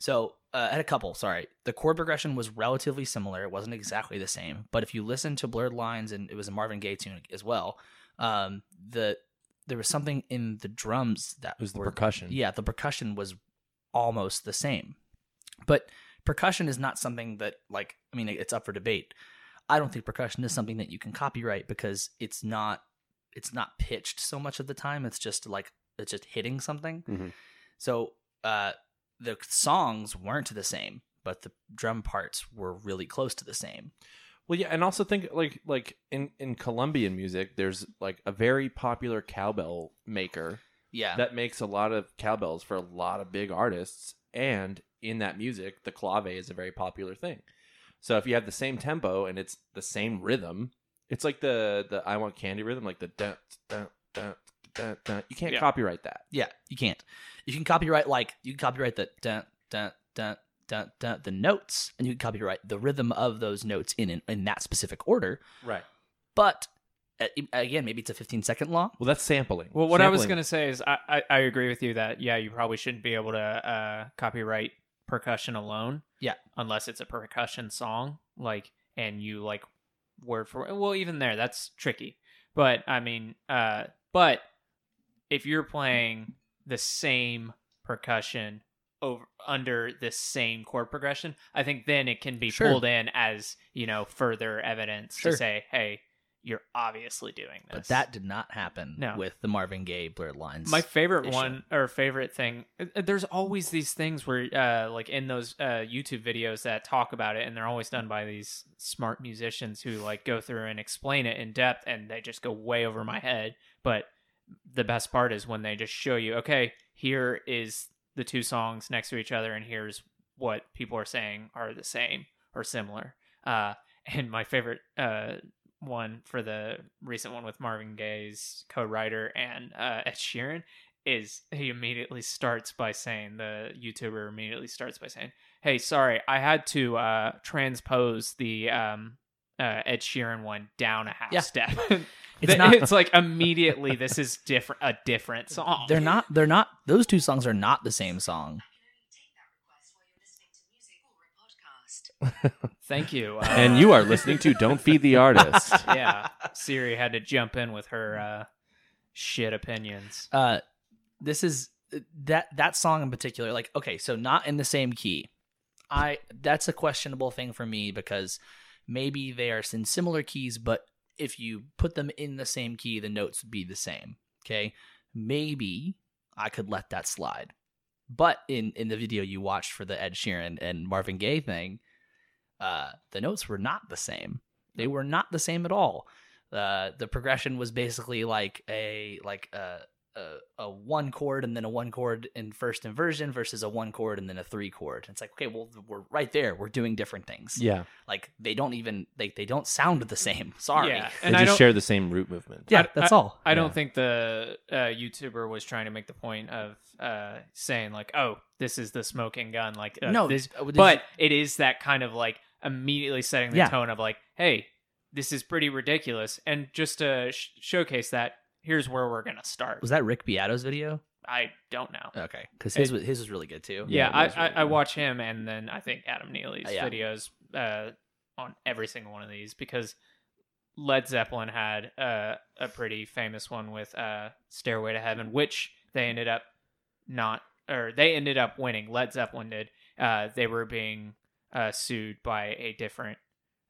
C: So uh, had a couple. Sorry, the chord progression was relatively similar. It wasn't exactly the same, but if you listen to blurred lines and it was a Marvin Gaye tune as well, um, the there was something in the drums that
B: It was the
C: were-
B: percussion.
C: yeah, the percussion was almost the same. But percussion is not something that like I mean it's up for debate. I don't think percussion is something that you can copyright because it's not it's not pitched so much of the time. It's just like it's just hitting something.
D: Mhm.
C: So uh, the songs weren't the same, but the drum parts were really close to the same.
B: Well, yeah, and also think like like in in Colombian music, there's like a very popular cowbell maker
C: Yeah,
B: that makes a lot of cowbells for a lot of big artists, and in that music, the clave is a very popular thing. So if you have the same tempo and it's the same rhythm, it's like the the I want candy rhythm, like the dun dun dun dun dun. You can't
A: Yeah.
B: copyright that.
C: yeah, you can't. You can copyright like you can copyright the dun dun dun dun dun the notes, and you can copyright the rhythm of those notes in in, in that specific order.
B: Right.
C: But uh, again, maybe it's a 15 second law.
B: Well, that's sampling.
A: Well, what I was
B: Sampling-
A: going to say is I, I, I agree with you that, yeah, you probably shouldn't be able to uh, copyright percussion alone.
C: Yeah.
A: Unless it's a percussion song, like, and you, like, word for Well, even there, that's tricky. But, I mean, uh, but if you're playing the same percussion over under this same chord progression, I think then it can be
C: Sure.
A: pulled in as, you know, further evidence
C: Sure.
A: to say, hey, you're obviously doing this.
C: But that did not happen
A: No.
C: with the Marvin Gaye blurred lines.
A: My favorite
C: issue.
A: one or favorite thing. uh, uh, There's always these things where, uh, like in those uh, YouTube videos that talk about it, and they're always done by these smart musicians who like go through and explain it in depth, and they just go way over my head. But the best part is when they just show you, okay, here is the two songs next to each other, and here's what people are saying are the same or similar. Uh, and my favorite uh, one for the recent one with Marvin Gaye's co-writer and uh, Ed Sheeran is he immediately starts by saying the YouTuber immediately starts by saying, "Hey, sorry, I had to uh, transpose the um, uh, Ed Sheeran one down a half
C: Yeah.
A: step."
C: It's not-
A: It's like immediately this is different. A different song.
C: they're not. They're not. Those two songs are not the same song.
A: Thank you. Uh,
B: and you are listening to "Don't Feed the Artist."
A: yeah, Siri had to jump in with her uh, shit opinions.
C: Uh, this is that that song in particular. Like, okay, so not in the same key. I that's a questionable thing for me because maybe they are in similar keys, but if you put them in the same key, the notes would be the same. Okay, maybe I could let that slide. But in in the video you watched for the Ed Sheeran and Marvin Gaye thing, uh, the notes were not the same. They were not the same at all. Uh, the progression was basically like a like a, a a one chord and then a one chord in first inversion versus a one chord and then a three chord. It's like okay, well we're right there. We're doing different things.
B: yeah,
C: Like they don't even like they don't sound the same. Sorry.
A: Yeah,
B: and
A: and
B: they
A: I
B: just
A: don't.
B: share the same root movement.
C: Yeah,
A: I-
C: that's all.
A: I don't
B: Yeah.
A: think the uh, YouTuber was trying to make the point of uh, saying like, "Oh, this is the smoking gun." Like, uh,
C: no,
A: this,
C: uh, this-
A: but it is that kind of like immediately setting the
C: Yeah.
A: tone of like, "Hey, this is pretty ridiculous," and just to sh- showcase that, here's where we're gonna start.
C: was that Rick Beato's video?
A: I don't know.
C: Okay, because his was his was really good too.
B: Yeah,
A: yeah,
B: it
A: I,
B: was really
A: I, I
B: good.
A: watch him, and then I think Adam Neely's
C: Uh, yeah.
A: videos uh, on every single one of these because Led Zeppelin had uh, a pretty famous one with uh, "Stairway to Heaven," which they ended up not, or they ended up winning. Led Zeppelin did. Uh, they were being uh, sued by a different.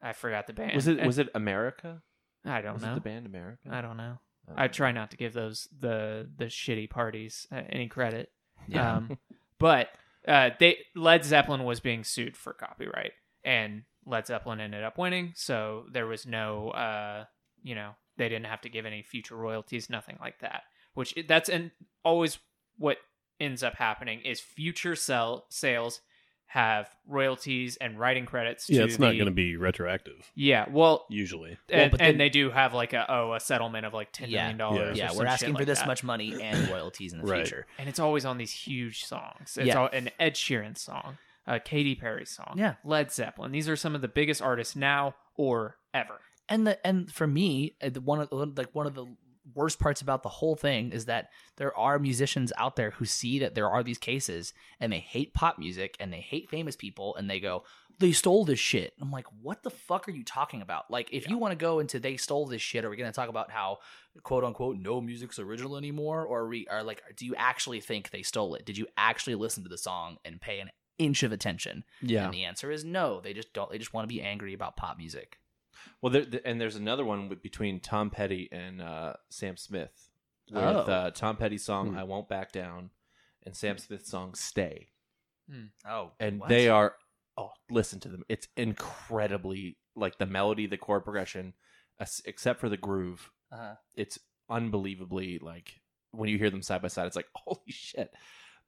A: I forgot the band.
B: Was it
A: And-
B: was it America?
A: I don't
B: was
A: know.
B: it the band America? Oh.
A: I don't know.
B: don't
A: I
B: know.
A: try not to give those the the shitty parties uh, any credit.
C: Yeah.
A: Um, but uh, they Led Zeppelin was being sued for copyright, and Led Zeppelin ended up winning, so there was no, uh, you know, they didn't have to give any future royalties, nothing like that. Which that's and always what ends up happening is future sell sales have royalties and writing credits.
D: Yeah,
A: to
D: it's not
A: the-
D: going to be retroactive
A: Yeah, well,
D: usually.
C: Well,
A: and,
C: but
A: and
C: then-
A: they do have like a oh a settlement of like ten
C: Yeah.
A: million dollars. or
D: Yeah,
C: yeah,
A: some
C: we're
A: shit
C: asking for
A: like
C: this
A: that.
C: much money and royalties in the
D: Right.
C: future.
A: and it's always on these huge songs. It's
C: Yeah.
A: all an Ed Sheeran song, a Katy Perry song,
C: Yeah.
A: Led Zeppelin. These are some of the biggest artists now or ever.
C: And the and for me, uh, the one of the, like one of the worst parts about the whole thing is that there are musicians out there who see that there are these cases and they hate pop music and they hate famous people and they go, they stole this shit. I'm like, what the fuck are you talking about? Like, if you want to go into they stole this shit, are we going to talk about how quote unquote no music's original anymore? Or are we are like, do you actually think they stole it? Did you actually listen to the song and pay an inch of attention?
B: Yeah.
C: And the answer is no. They just don't. They just want to be angry about pop music.
B: Well, there, th- and there's another one with, between Tom Petty and uh, Sam Smith with
C: Oh.
B: uh, Tom Petty's song
D: Hmm.
B: "I Won't Back Down" and Sam Smith's song "Stay."
C: Oh,
B: and they are oh listen to them it's incredibly like the melody the chord progression as- except for the groove
C: Uh-huh.
B: it's unbelievably like when you hear them side by side it's like holy shit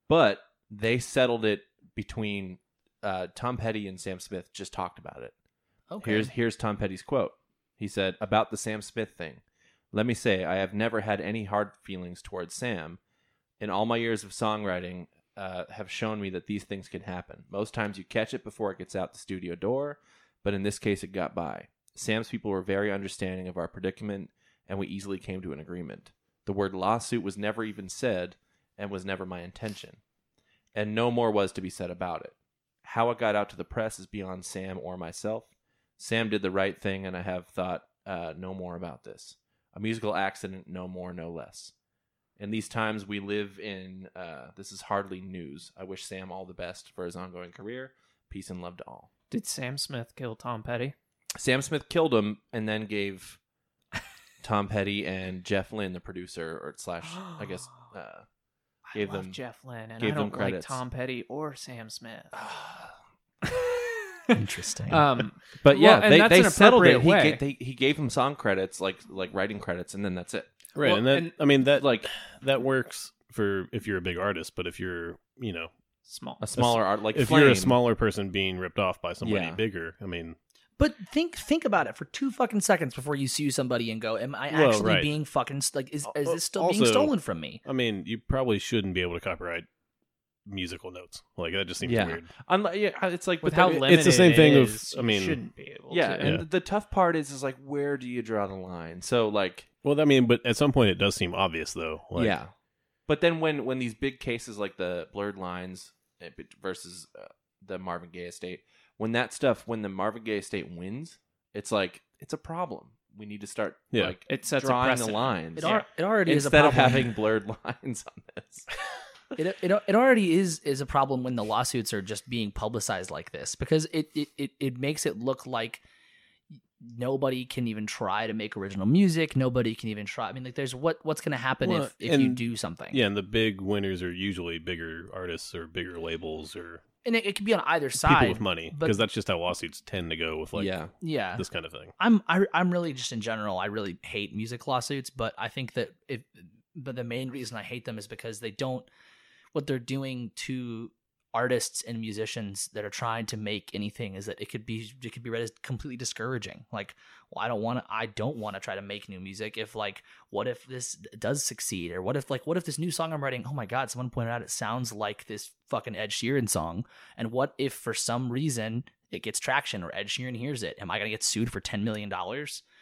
B: but they settled it between uh, tom petty and sam smith just talked about it
C: okay.
B: Here's here's Tom Petty's quote. He said about the Sam Smith thing. Let me say, I have never had any hard feelings towards Sam. In all my years of songwriting, uh, have shown me that these things can happen. Most times you catch it before it gets out the studio door, but in this case, it got by. Sam's people were very understanding of our predicament, and we easily came to an agreement. The word lawsuit was never even said, and was never my intention, and no more was to be said about it. How it got out to the press is beyond Sam or myself. Sam did the right thing, and I have thought uh, no more about this. A musical accident, no more, no less. In these times we live in, uh, this is hardly news. I wish Sam all the best for his ongoing career. Peace and love to all.
A: Did Sam Smith kill Tom Petty?
B: Sam Smith killed him and then gave Tom Petty and Jeff Lynn, the producer, or slash, I guess, uh, gave
A: I love
B: them-
A: Jeff Lynne, and
B: gave
A: I
B: them
A: don't like
B: credits.
A: Tom Petty or Sam Smith.
C: interesting.
A: um,
B: but yeah,
A: Well, and
B: they,
A: that's
B: they
A: an
B: settled it.
A: appropriate
B: He,
A: way.
B: gave, they, he gave him song credits, like like writing credits, and then that's it.
D: Right,
A: Well,
D: and that
A: and-
D: I mean that
B: Like
D: that works for if you're a big artist, but if you're you know
A: small.
B: a smaller art, like
D: if
B: Flame.
D: you're a smaller person being ripped off by somebody
B: Yeah.
D: bigger, I mean
C: but think think about it for two fucking seconds before you sue somebody and go, "Am I
D: Well,
C: actually
D: right.
C: being fucking s- like is, is
D: Al-
C: this still being
D: also-
C: stolen from me?"
D: I mean you probably shouldn't be able to copyright musical notes. Like that just seems
B: Yeah.
D: weird.
B: Unlike, yeah, it's like
A: With
B: but
A: how
B: the-
A: limited
D: it's the same
A: it
D: thing of-
A: is,
D: I
A: you
D: mean-
A: shouldn't be able
B: Yeah,
A: to.
B: and
D: Yeah.
B: the tough part is, is like where do you draw the line? So like,
D: Well, I mean, but at some point it does seem obvious though. Like,
B: yeah, but then when when these big cases like the blurred lines eh, bet- versus uh, the Marvin Gaye estate, when that stuff, when the Marvin Gaye estate wins, it's like it's a problem. We need to start
D: Yeah.
B: like
A: It sets a
B: drawing the
A: precedent.
B: lines
C: It, al- it already is a
B: instead
C: problem.
B: of having blurred lines on this.
C: it, it, it already is is a problem when the lawsuits are just being publicized like this because it it, it, it makes it look like nobody can even try to make original music nobody can even try i mean like there's what what's going to happen
D: Well,
C: if, if you
D: and-
C: do something
D: Yeah, and the big winners are usually bigger artists or bigger labels or
C: and it, it could be on either
D: people
C: side
D: with money
C: but-
D: because that's just how lawsuits tend to go with like
B: yeah,
C: yeah
D: this kind of thing.
C: I'm I, I'm really just in general I really hate music lawsuits, but I think that if but the main reason I hate them is because they don't what they're doing to artists and musicians that are trying to make anything is that it could be it could be read as completely discouraging. Like, well, I don't want to I don't want to try to make new music if like what if this does succeed or what if like what if this new song I'm writing, oh my god, someone pointed out it sounds like this fucking Ed Sheeran song and what if for some reason it gets traction or Ed Sheeran hears it? Am I going to get sued for $10 million?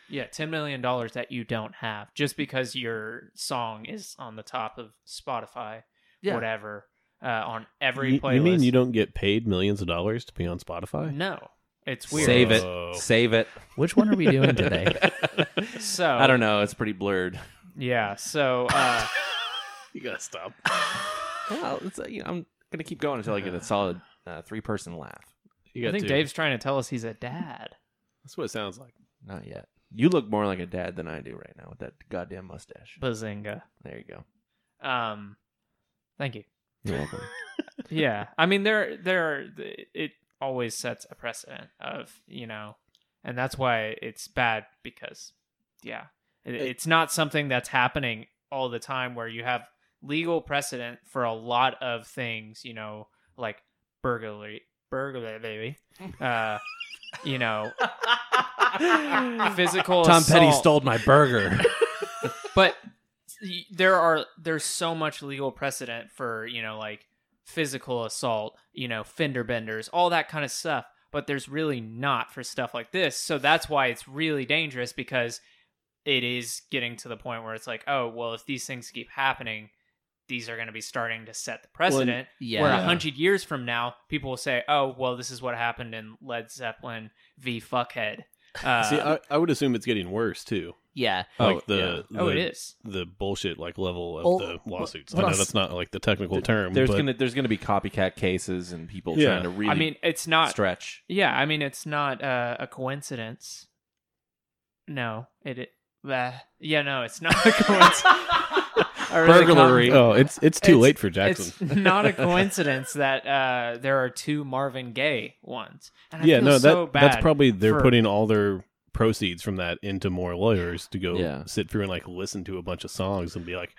A: Yeah, ten million dollars that you don't have just because your song is on the top of Spotify,
C: Yeah.
A: whatever, uh, on every
D: you,
A: playlist.
D: you mean you don't get paid millions of dollars to be on Spotify?
A: No, it's weird.
B: save
D: Whoa.
B: it, save it.
C: Which one are we doing today?
A: So
B: I don't know. It's pretty blurred.
A: Yeah. So uh,
D: You gotta stop.
B: Well, it's, uh, you know, I'm gonna keep going until I get a solid uh, three person laugh.
D: You
A: I
D: got
A: think
D: two.
A: Dave's trying to tell us he's a dad.
D: That's what it sounds like.
B: Not yet. You look more like a dad than I do right now with that goddamn mustache.
A: Bazinga.
B: There you go.
A: Um, thank you.
B: You're welcome.
A: yeah i mean there there it always sets a precedent of you know and that's why it's bad because yeah it, it's not something that's happening all the time where you have legal precedent for a lot of things you know like burglary burglary baby uh you know physical
B: Tom Petty
A: assault.
B: stole my burger.
A: but there are there's so much legal precedent for you know like physical assault you know fender benders all that kind of stuff but there's really not for stuff like this so that's why it's really dangerous because it is getting to the point where it's like, oh, well, if these things keep happening, these are going to be starting to set the precedent.
C: yeah.
A: Where a hundred years from now, people will say, oh, well, this is what happened in Led Zeppelin v. Fuckhead. Uh,
D: See, I, I would assume it's getting worse too.
C: Yeah.
D: Like
B: Oh,
D: the,
A: oh,
D: the
A: it is.
D: the bullshit like level of
C: Oh,
D: the lawsuits.
C: but
D: I know
C: I'll s-
D: that's not like the technical term.
B: There's
D: Um, but
B: gonna there's gonna be copycat cases and people
D: Yeah.
B: trying to really
A: I mean, it's not.
B: stretch.
A: yeah, I mean, it's not uh, a coincidence. No, it. it bah. yeah, no, it's not a coincidence.
B: Burglary.
D: oh, it's it's too
A: It's-
D: late for Jackson.
A: It's not a coincidence that uh, there are two Marvin Gaye ones. And I
D: Yeah,
A: feel
D: no, that
A: so bad
D: that's probably they're
A: for-
D: putting all their proceeds from that into more lawyers to go
B: Yeah.
D: sit through and like listen to a bunch of songs and be like,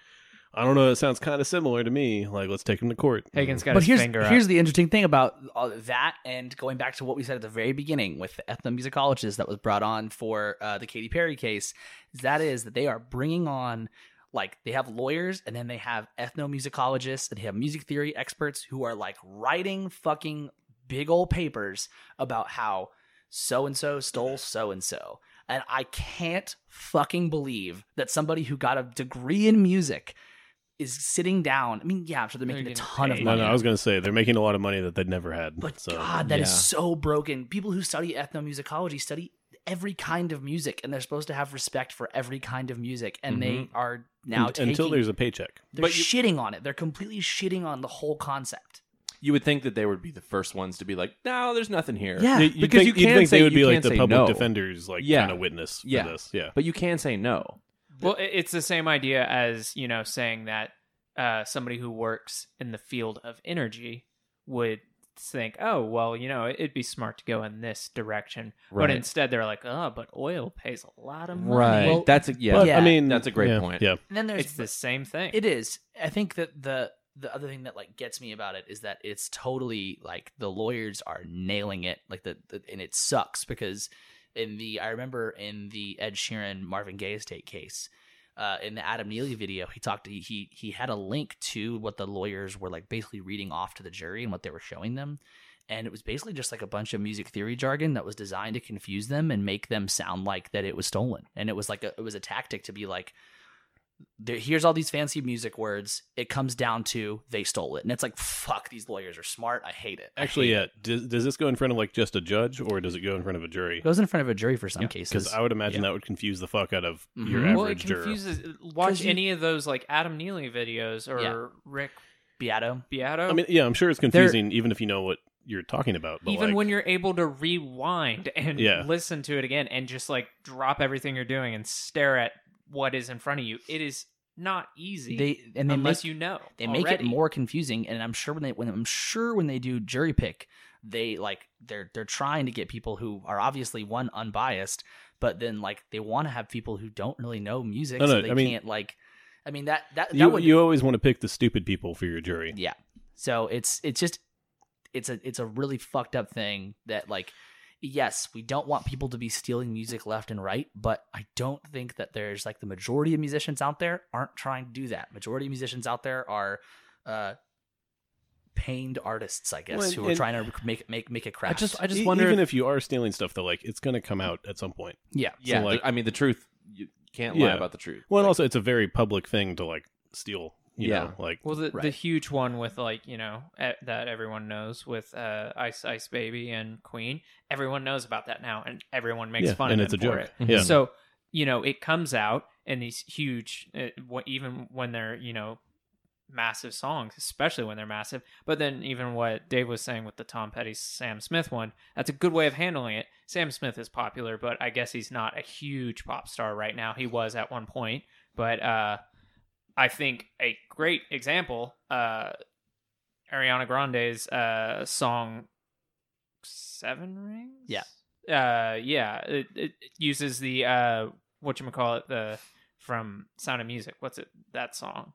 D: I don't know, it sounds kind of similar to me. Like, let's take him to court.
A: Hagen's got
C: but
A: his
C: here's
A: finger
C: here's
A: up.
C: the interesting thing about all that, and going back to what we said at the very beginning with the ethnomusicologist that was brought on for uh, the Katy Perry case, is that is that they are bringing on like they have lawyers and then they have ethnomusicologists and they have music theory experts who are like writing fucking big old papers about how so and so
A: Mm-hmm.
C: stole so and so. And I can't fucking believe that somebody who got a degree in music is sitting down. I mean, yeah, I'm sure they're
A: They're
C: making a
A: getting
C: ton of
A: paid.
C: money.
D: No, no, I was gonna say they're making a lot of money that they'd never had.
C: But
D: so
C: God, that is
B: Yeah.
C: so broken. People who study ethnomusicology study every kind of music, and they're supposed to have respect for every kind of music, and they
A: Mm-hmm.
C: are now
D: un-
C: taking,
D: until there's a paycheck.
C: they're
B: but you-
C: shitting on it. They're completely shitting on the whole concept.
B: You would think that they would be the first ones to be like, no, there's nothing here.
C: Yeah.
D: You- you'd
B: Because
D: think,
B: you
D: you'd
B: can
D: think
B: say-
D: they would
B: you
D: be like
B: can
D: the
B: say
D: public
B: no.
D: defenders, like
B: Yeah.
D: kind of witness for
B: Yeah.
D: this. Yeah,
B: But you can say no.
A: Well, it- it's the same idea as you know saying that uh, somebody who works in the field of energy would think, oh, well, you know, it'd be smart to go in this direction. But instead, they're like, oh, but oil pays a lot of money.
B: Right.
C: Well,
B: that's a yeah.
D: but
C: Yeah.
D: I mean,
B: That's a great
D: yeah,
B: point.
D: Yeah,
C: And then there's
A: It's the same thing.
C: It is. I think that the the other thing that like gets me about it is that it's totally like the lawyers are nailing it, like the, the and it sucks because in the I remember in the Ed Sheeran Marvin Gaye estate case. Uh, in the Adam Neely video, he talked. He, he he had a link to what the lawyers were like, basically reading off to the jury and what they were showing them, and it was basically just like a bunch of music theory jargon that was designed to confuse them and make them sound like that it was stolen. And it was like a, it was a tactic to be like, there, here's all these fancy music words. It comes down to they stole it, and it's like fuck. These lawyers are smart. I hate it. I
D: actually,
C: hate
D: yeah. Does, does this go in front of like just a judge, or does it go in front of a
C: it.
D: jury?
C: goes in front of a jury for some
D: Because
C: cases.
D: I would imagine that would confuse the fuck out of your
C: Mhm.
D: average
A: Well, it
D: juror.
A: confuses. uh, Watch
C: you-
A: any of those like Adam Neely videos or
C: Yeah.
A: Rick
C: Beato.
A: Beato.
D: I mean, yeah, I'm sure it's confusing, even if you know what you're talking about. But
A: even
D: like,
A: when you're able to rewind and
D: Yeah.
A: listen to it again and just like drop everything you're doing and stare at what is in front of you it is not easy
C: They and they
A: unless
C: make,
A: you know
C: they make it
A: already.
C: more confusing. And I'm sure when they when I'm sure when they do jury pick, they like they're they're trying to get people who are obviously one unbiased, but then like they want to have people who don't really know music,
D: No,
C: so
D: no,
C: they
D: I mean-
C: can't like. I mean that that that
D: you,
C: would
D: you always want to pick the stupid people for your jury.
C: Yeah. So it's it's just it's a it's a really fucked up thing that like yes, we don't want people to be stealing music left and right, but I don't think that there's like the majority of musicians out there aren't trying to do that. Majority of musicians out there are uh pained artists, I guess,
D: Well,
C: who are
D: and-
C: trying to make make make a
B: I
C: craft.
B: just I just
D: E-
B: wonder
D: even
B: if,
D: if, you are stealing stuff, though, like it's going to come out at some point.
C: yeah.
B: yeah,
D: so, like-
B: the- I mean the truth you can't lie
D: Yeah.
B: about the truth.
D: Well, and
B: Like,
D: also it's a very public thing to like steal. You
B: Yeah.
D: know, like
A: well the, the
C: Right.
A: huge one with like you know eh, that everyone knows with uh ice ice baby and queen everyone knows about that now and everyone makes
D: yeah,
A: fun
D: and
A: of
D: it's a
A: them for
D: joke.
A: it
D: Yeah,
A: So, you know, it comes out in these huge, uh, wh- even when they're, you know, massive songs, especially when they're massive. But then, even what Dave was saying with the Tom Petty Sam Smith one, that's a good way of handling it. Sam Smith is popular, but I guess he's not a huge pop star right now. He was at one point, but uh, I think a great example, uh, Ariana Grande's uh, song Seven Rings?
C: Yeah.
A: uh yeah it, it uses the uh what you call it the from sound of music what's it that song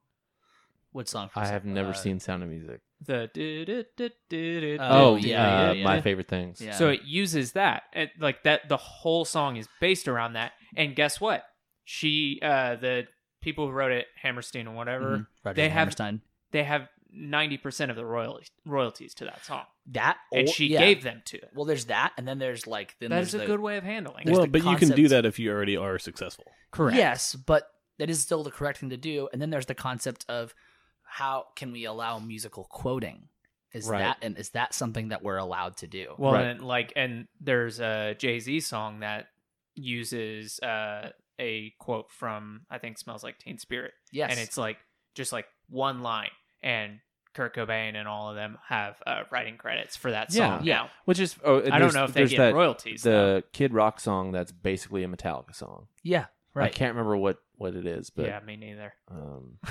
C: What song? for
B: I have
C: example?
B: never
C: Uh,
B: seen Sound of Music.
A: the do- do- do- do- do-
C: Oh,
A: do-
C: yeah,
B: uh,
C: yeah,
B: my
C: yeah.
B: favorite things.
C: Yeah.
A: so it uses that it, like that the whole song is based around that and guess what she uh the people who wrote it hammerstein and whatever
C: Mhm. Roger
A: they have-
C: Hammerstein.
A: they have ninety percent of the royalties royalties to that song,
C: that
A: and
C: or-
A: she
C: Oh, yeah.
A: gave them to it.
C: Well, there's that, and then there's like then
A: That
C: there's
A: is a
C: the-
A: good way of handling.
C: there's
A: it.
D: well,
C: the
D: but you can do
C: concept-
D: that if you already are successful.
A: Correct.
C: Yes, but that is still the correct thing to do. And then there's the concept of how can we allow musical quoting? Is
B: Right.
C: that and is that something that we're allowed to do?
A: Well,
B: Right.
A: and like, and there's a Jay Z song that uses uh, a quote from I think "Smells Like Teen Spirit,"
C: yes,
A: and it's like just like one line, and Kurt Cobain and all of them have uh, writing credits for that
B: Yeah.
A: song.
C: Yeah.
A: now.
B: Which is oh,
A: I don't
B: there's-
A: know if they
B: there's
A: get
B: that,
A: royalties. though.
B: the Kid Rock song that's basically a Metallica song.
C: yeah,
B: I
C: right.
B: can't remember what what it is, but
A: yeah, me neither.
B: um,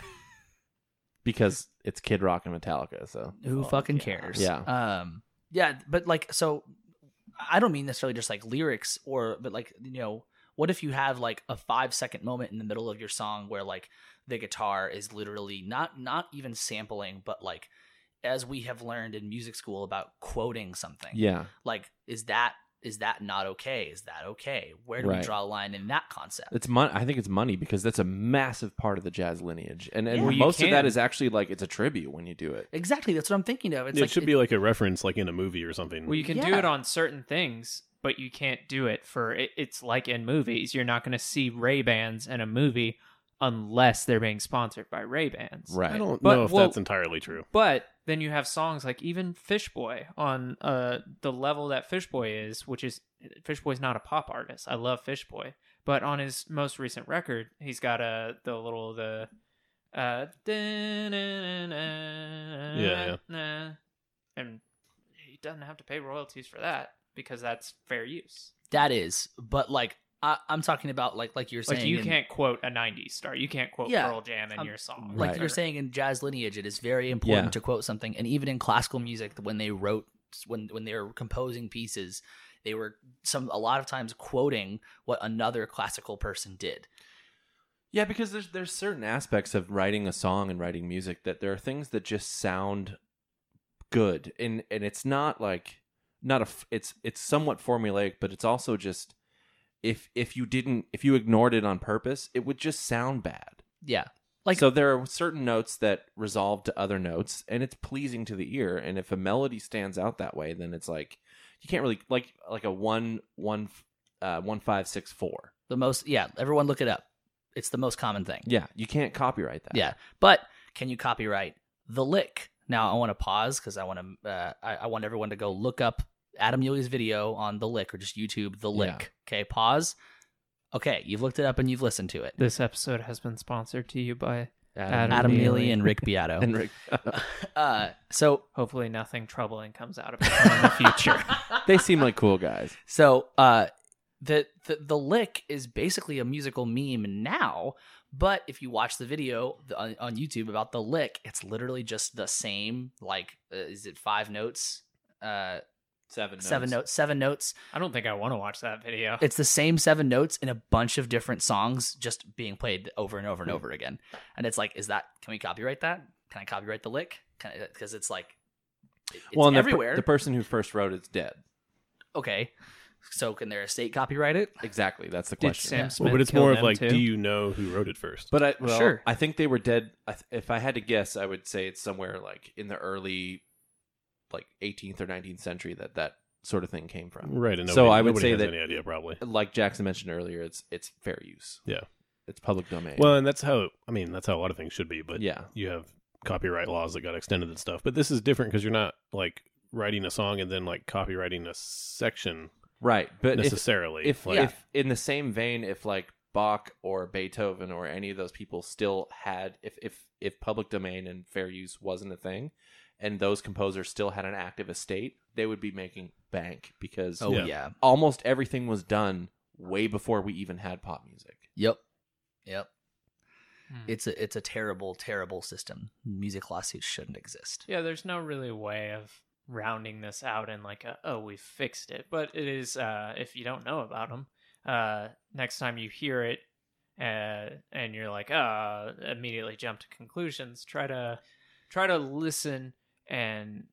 B: because it's Kid Rock and Metallica, so
C: Who
A: Well,
C: fucking
A: yeah.
C: cares?
B: Yeah.
C: um, yeah. But like, so I don't mean necessarily just like lyrics or, but like you know, what if you have like a five second moment in the middle of your song where like the guitar is literally not not even sampling, but like as we have learned in music school about quoting something.
B: yeah,
C: like is that is that not okay is that okay where do we
B: Right.
C: draw a line in that concept
B: it's money. I think it's money because that's a massive part of the jazz lineage, and and
A: Yeah. Well, you
B: most of that
A: can-
B: is actually like it's a tribute when you do it.
C: exactly that's what i'm thinking of it's
D: it
C: like
D: should be like a reference, like in a movie or something.
A: Well, you can do
C: Yeah.
A: it on certain things, but you can't do it for it, it's like in movies. You're not going to see Ray Bans in a movie unless they're being sponsored by Ray Bans.
D: I
B: Right.
D: don't
A: But-
D: know if
A: well-
D: that's entirely true.
A: But then you have songs like even Fishboy on uh the level that Fishboy is, which is Fishboy's not a pop artist. I love Fishboy, but on his most recent record, he's got a the little the uh
D: Yeah,
A: yeah. and he doesn't have to pay royalties for that because that's fair use.
C: that is but like I, i'm talking about like like you're saying
A: Like you
C: in-
A: can't quote a '90s star, you can't quote
C: Yeah,
A: Pearl Jam in
C: um,
A: your song.
C: like
B: Right.
C: you're saying in jazz lineage it is very important
B: Yeah.
C: to quote something and even in classical music when they wrote when when they were composing pieces they were some a lot of times quoting what another classical person did
B: Yeah, because there's there's certain aspects of writing a song and writing music that there are things that just sound good, and and it's not like not a f- it's it's somewhat formulaic, but it's also just if if you didn't if you ignored it on purpose, it would just sound bad.
C: yeah
B: Like so, there are certain notes that resolve to other notes, and it's pleasing to the ear. And if a melody stands out that way, then it's like you can't really like like a one one uh one five six four.
C: the most yeah everyone look it up it's the most common thing
B: Yeah, you can't copyright that.
C: Yeah, but can you copyright the lick? Now I want to pause because I want to. Uh, I, I want everyone to go look up Adam Yuli's video on the lick or just YouTube the
B: Yeah.
C: lick. Okay, pause. Okay, you've looked it up and you've listened to it.
A: This episode has been sponsored to you by
B: Adam,
C: Adam
A: Neely.
C: Neely and Rick Beato.
B: and Rick.
C: uh, so
A: Hopefully, nothing troubling comes out of it in the future.
B: they seem like cool guys.
C: So uh the, the the lick is basically a musical meme now, but if you watch the video the- on, on YouTube about the lick, it's literally just the same like uh, is it 5 notes? Uh
B: Seven notes.
C: 7 notes, 7 notes.
A: I don't think I want to watch that video.
C: It's the same 7 notes in a bunch of different songs just being played over and over
B: Hmm.
C: and over again. And it's like is that can we copyright that? Can I copyright the lick? Can I cuz it's like it- it's
B: well, and the per-
C: everywhere.
B: The, person who first wrote it's dead.
C: okay. So can their estate copyright it?
B: Exactly. That's the
A: Did
B: question.
A: Sam
C: Yeah.
A: Smith?
D: Well, but it's
A: kill
D: more of
A: them,
D: like,
A: too?
D: do you know who wrote it first?
B: But I well,
C: Sure.
B: I think they were dead. I th- if I had to guess, I would say it's somewhere like in the early, like 18th or 19th century that that sort of thing came from.
D: right. And
B: So
D: nobody-
B: I would
D: nobody
B: say
D: has
B: that-
D: any idea probably.
B: Like Jackson mentioned earlier, it's it's fair use.
D: Yeah.
B: It's public domain.
D: Well, and that's how I mean that's how a lot of things should be. But
B: yeah,
D: you have copyright laws that got extended and stuff. But this is different because you're not like writing a song and then like copywriting a section
B: right. But if,
D: necessarily.
B: if
D: like,
B: if in the same vein if like bach or beethoven or any of those people still had if if if public domain and fair use wasn't a thing and those composers still had an active estate they would be making bank because
C: Oh
D: Yeah.
C: yeah.
B: almost everything was done way before we even had pop music
C: Yep. Yep.
A: Hmm.
C: It's a it's a terrible, terrible system. Music lawsuits shouldn't exist.
A: yeah, there's no really way of rounding this out in like a oh we fixed it, but it is uh, if you don't know about them, uh, next time you hear it. Uh, and you're like, uh, immediately jump to conclusions. Try to, try to listen and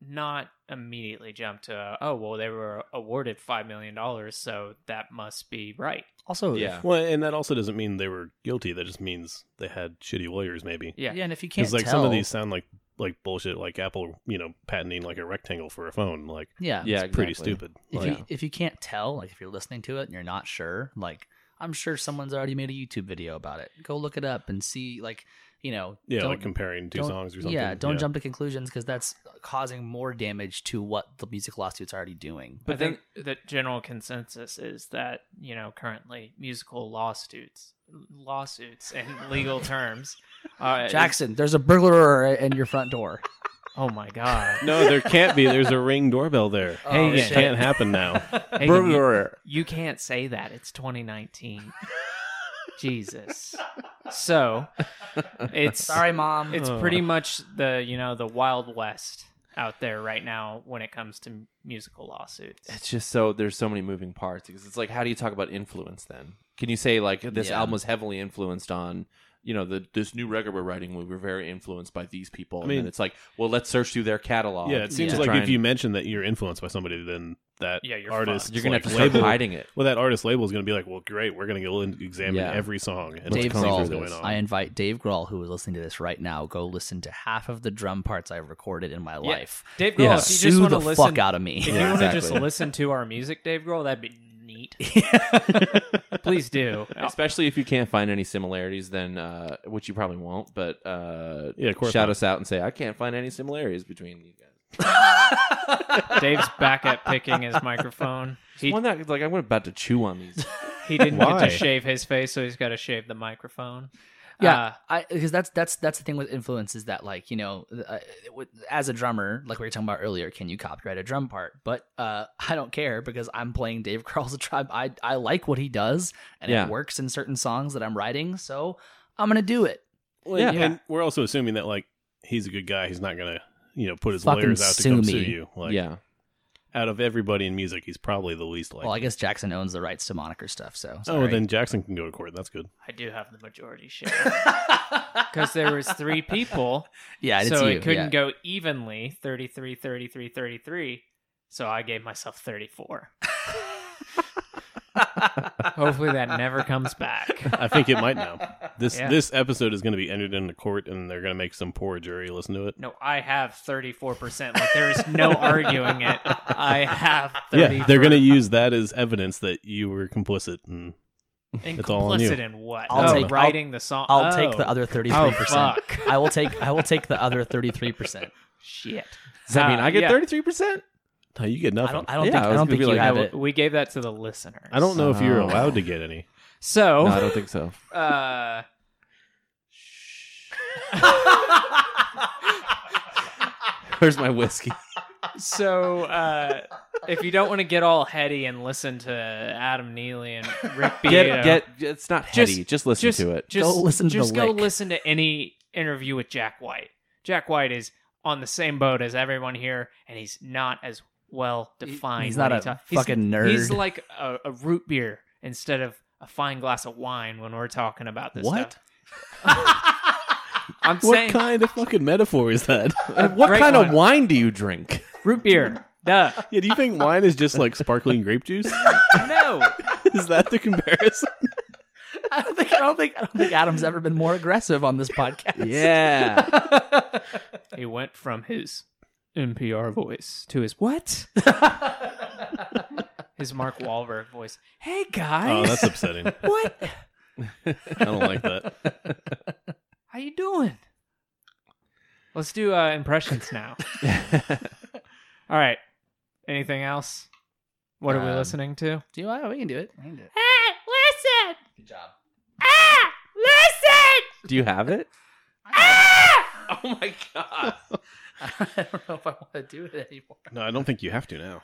A: not immediately jump to oh well they were awarded five million dollars so that must be right
C: Also, if-
B: Yeah.
D: Well, and that also doesn't mean they were guilty. That just means they had shitty lawyers, maybe.
A: yeah,
C: yeah. and if you can't
D: Because like
C: tell,
D: some of these sound like like bullshit, like Apple, you know, patenting like a rectangle for a phone. Like
C: yeah,
B: Yeah,
D: it's pretty
B: exactly.
D: stupid.
C: If
D: Like,
C: you if you can't tell, like if you're listening to it and you're not sure, like I'm sure someone's already made a YouTube video about it. Go look it up and see, like you know,
D: yeah,
C: don't-
D: like comparing two
C: don't-
D: songs or something.
C: Yeah, don't jump to conclusions because that's causing more damage to what the music lawsuit's already doing.
B: But
A: but then the general consensus is that you know currently musical lawsuits lawsuits and legal terms uh,
C: Jackson, there's a burglar in your front door.
A: oh my god
D: No, there can't be. There's a ring doorbell there.
C: Oh,
D: it
C: shit.
D: can't happen now.
A: Hagen, you- You can't say that. It's 2019. Jesus. So, it's
C: Sorry, mom.
A: it's pretty much the, you know, the wild west out there right now when it comes to musical lawsuits.
B: It's just so there's so many moving parts because it's like how do you talk about influence then? Can you say like this
C: Yeah.
B: album was heavily influenced on you know the this new record we're writing we were very influenced by these people and
D: mean-
B: then it's like well let's search through their catalog.
D: Yeah, it seems
B: to
D: like
B: try
D: if
B: and-
D: you mention that you're influenced by somebody, then that
A: Yeah, you're
D: artist
A: fucked.
B: you're gonna
D: like,
B: have to start
D: label-
B: hiding it.
D: Well, that artist label is going to be like, well, great, we're going to go and examine
B: Yeah.
D: every song and
C: Dave
D: see what's
B: Grohl.
D: going on.
C: I invite Dave Grohl, who is listening to this right now, go listen to half of the drum parts I've recorded in my
A: Yeah.
C: life.
A: Dave Grohl,
C: Yeah,
A: if you
C: sue
A: just want to
C: the
A: listen
C: fuck out of me.
A: If you
B: Yeah,
A: want to just
B: exactly.
A: listen to our music, Dave Grohl, that'd be neat. Please do.
B: Especially if you can't find any similarities, then uh, which you probably won't. But uh,
D: Yeah, of course
B: shout
D: not.
B: us out and say I can't find any similarities between you guys.
A: Dave's back at picking his microphone. He
B: One that like I'm about to chew on these.
A: he didn't get
D: Why?
A: to shave his face, so he's got to shave the microphone.
C: yeah,
A: Uh,
C: I because that's that's that's the thing with influence is that like you know, uh, it would- as a drummer, like we were talking about earlier, can you copyright a drum part? But uh, I don't care because I'm playing Dave Grohl's tribe. I I like what he does, and
B: Yeah.
C: it works in certain songs that I'm writing, so I'm gonna do it.
D: Well,
B: Yeah.
D: and- and we're also assuming that like he's a good guy. He's not going to you know put his
C: Fucking
D: lawyers out to
C: sue
D: come
C: me.
D: sue you. Like
B: yeah,
D: out of everybody in music, he's probably the least likely.
C: well, I guess Jackson owns the rights to moniker stuff, so
D: oh,
C: sorry.
D: then Jackson can go to court. That's good.
A: I do have the majority share because there was three people,
C: yeah, it's
A: so
C: you.
A: it couldn't
C: yeah.
A: go evenly 33 33 33. So I gave myself 34. Hopefully that never comes back.
D: I think it might now. This
A: Yeah.
D: this episode is going to be entered into court, and they're going to make some poor jury listen to it.
A: No, I have 34%. Like there is no arguing it. I have 30
D: Yeah, they're going to use that as evidence that you were complicit. And
A: and
D: it's all on
A: complicit
D: you.
A: in what?
C: I'll
A: oh,
C: take- I'll-
A: writing the song.
C: I'll take
A: Oh.
C: the other thirty
A: Oh
C: three percent.
A: fuck.
C: I will take I will take the other thirty three percent.
A: Shit.
B: does that
A: Uh,
B: mean I get
A: yeah.
B: thirty three percent?
D: no, you get
C: I
D: nothing.
C: don't I don't
B: Yeah,
C: think
B: I
C: I,
B: was
C: don't
B: gonna
C: think
B: be
C: you
B: like, I
C: have
B: will-
C: it.
A: We gave that to the listeners.
D: I don't know if you're
B: Oh.
D: allowed to get any.
A: So,
D: Oh.
B: No, I don't think so.
A: uh
B: Where's my whiskey?
A: so uh, if you don't want to get all heady and listen to Adam Neely and Rick Beato,
B: Get, get, it's not
A: Just-
B: heady. Just, listen
A: just,
B: to it.
A: Just,
C: Go listen to
A: just
C: the
A: go
C: lick.
A: listen to any interview with Jack White. Jack White is on the same boat as everyone here, and he's not as well defined.
C: he's not
A: when
C: a
A: he talk-
C: fucking
A: he's,
C: nerd.
A: He's like a, a root beer instead of a fine glass of wine when we're talking about this
D: What?
A: stuff. I'm
D: What
A: saying
D: kind of fucking metaphor is that?
B: And what
A: great
B: kind
A: one.
B: of wine do you drink?
A: root beer. Duh.
D: yeah, do you think wine is just like sparkling grape juice?
A: No.
D: is that the comparison?
C: I don't think I don't think I don't think Adam's ever been more aggressive on this podcast.
B: Yeah.
A: He went from his NPR voice to his what? his Mark Wahlberg voice. Hey
D: Oh,
A: guys,
D: that's upsetting.
A: what?
D: I don't like that.
A: How you doing? Let's do uh, impressions now. All right. Anything else? What are we
C: Um,
A: listening to?
C: Do you? Oh, we can do it. We can do it.
A: Hey, listen!
C: Good job.
A: Ah, listen!
B: do you have it?
A: Ah!
B: Oh my god.
C: I don't know if I want to do it anymore.
D: No, I don't think you have to now.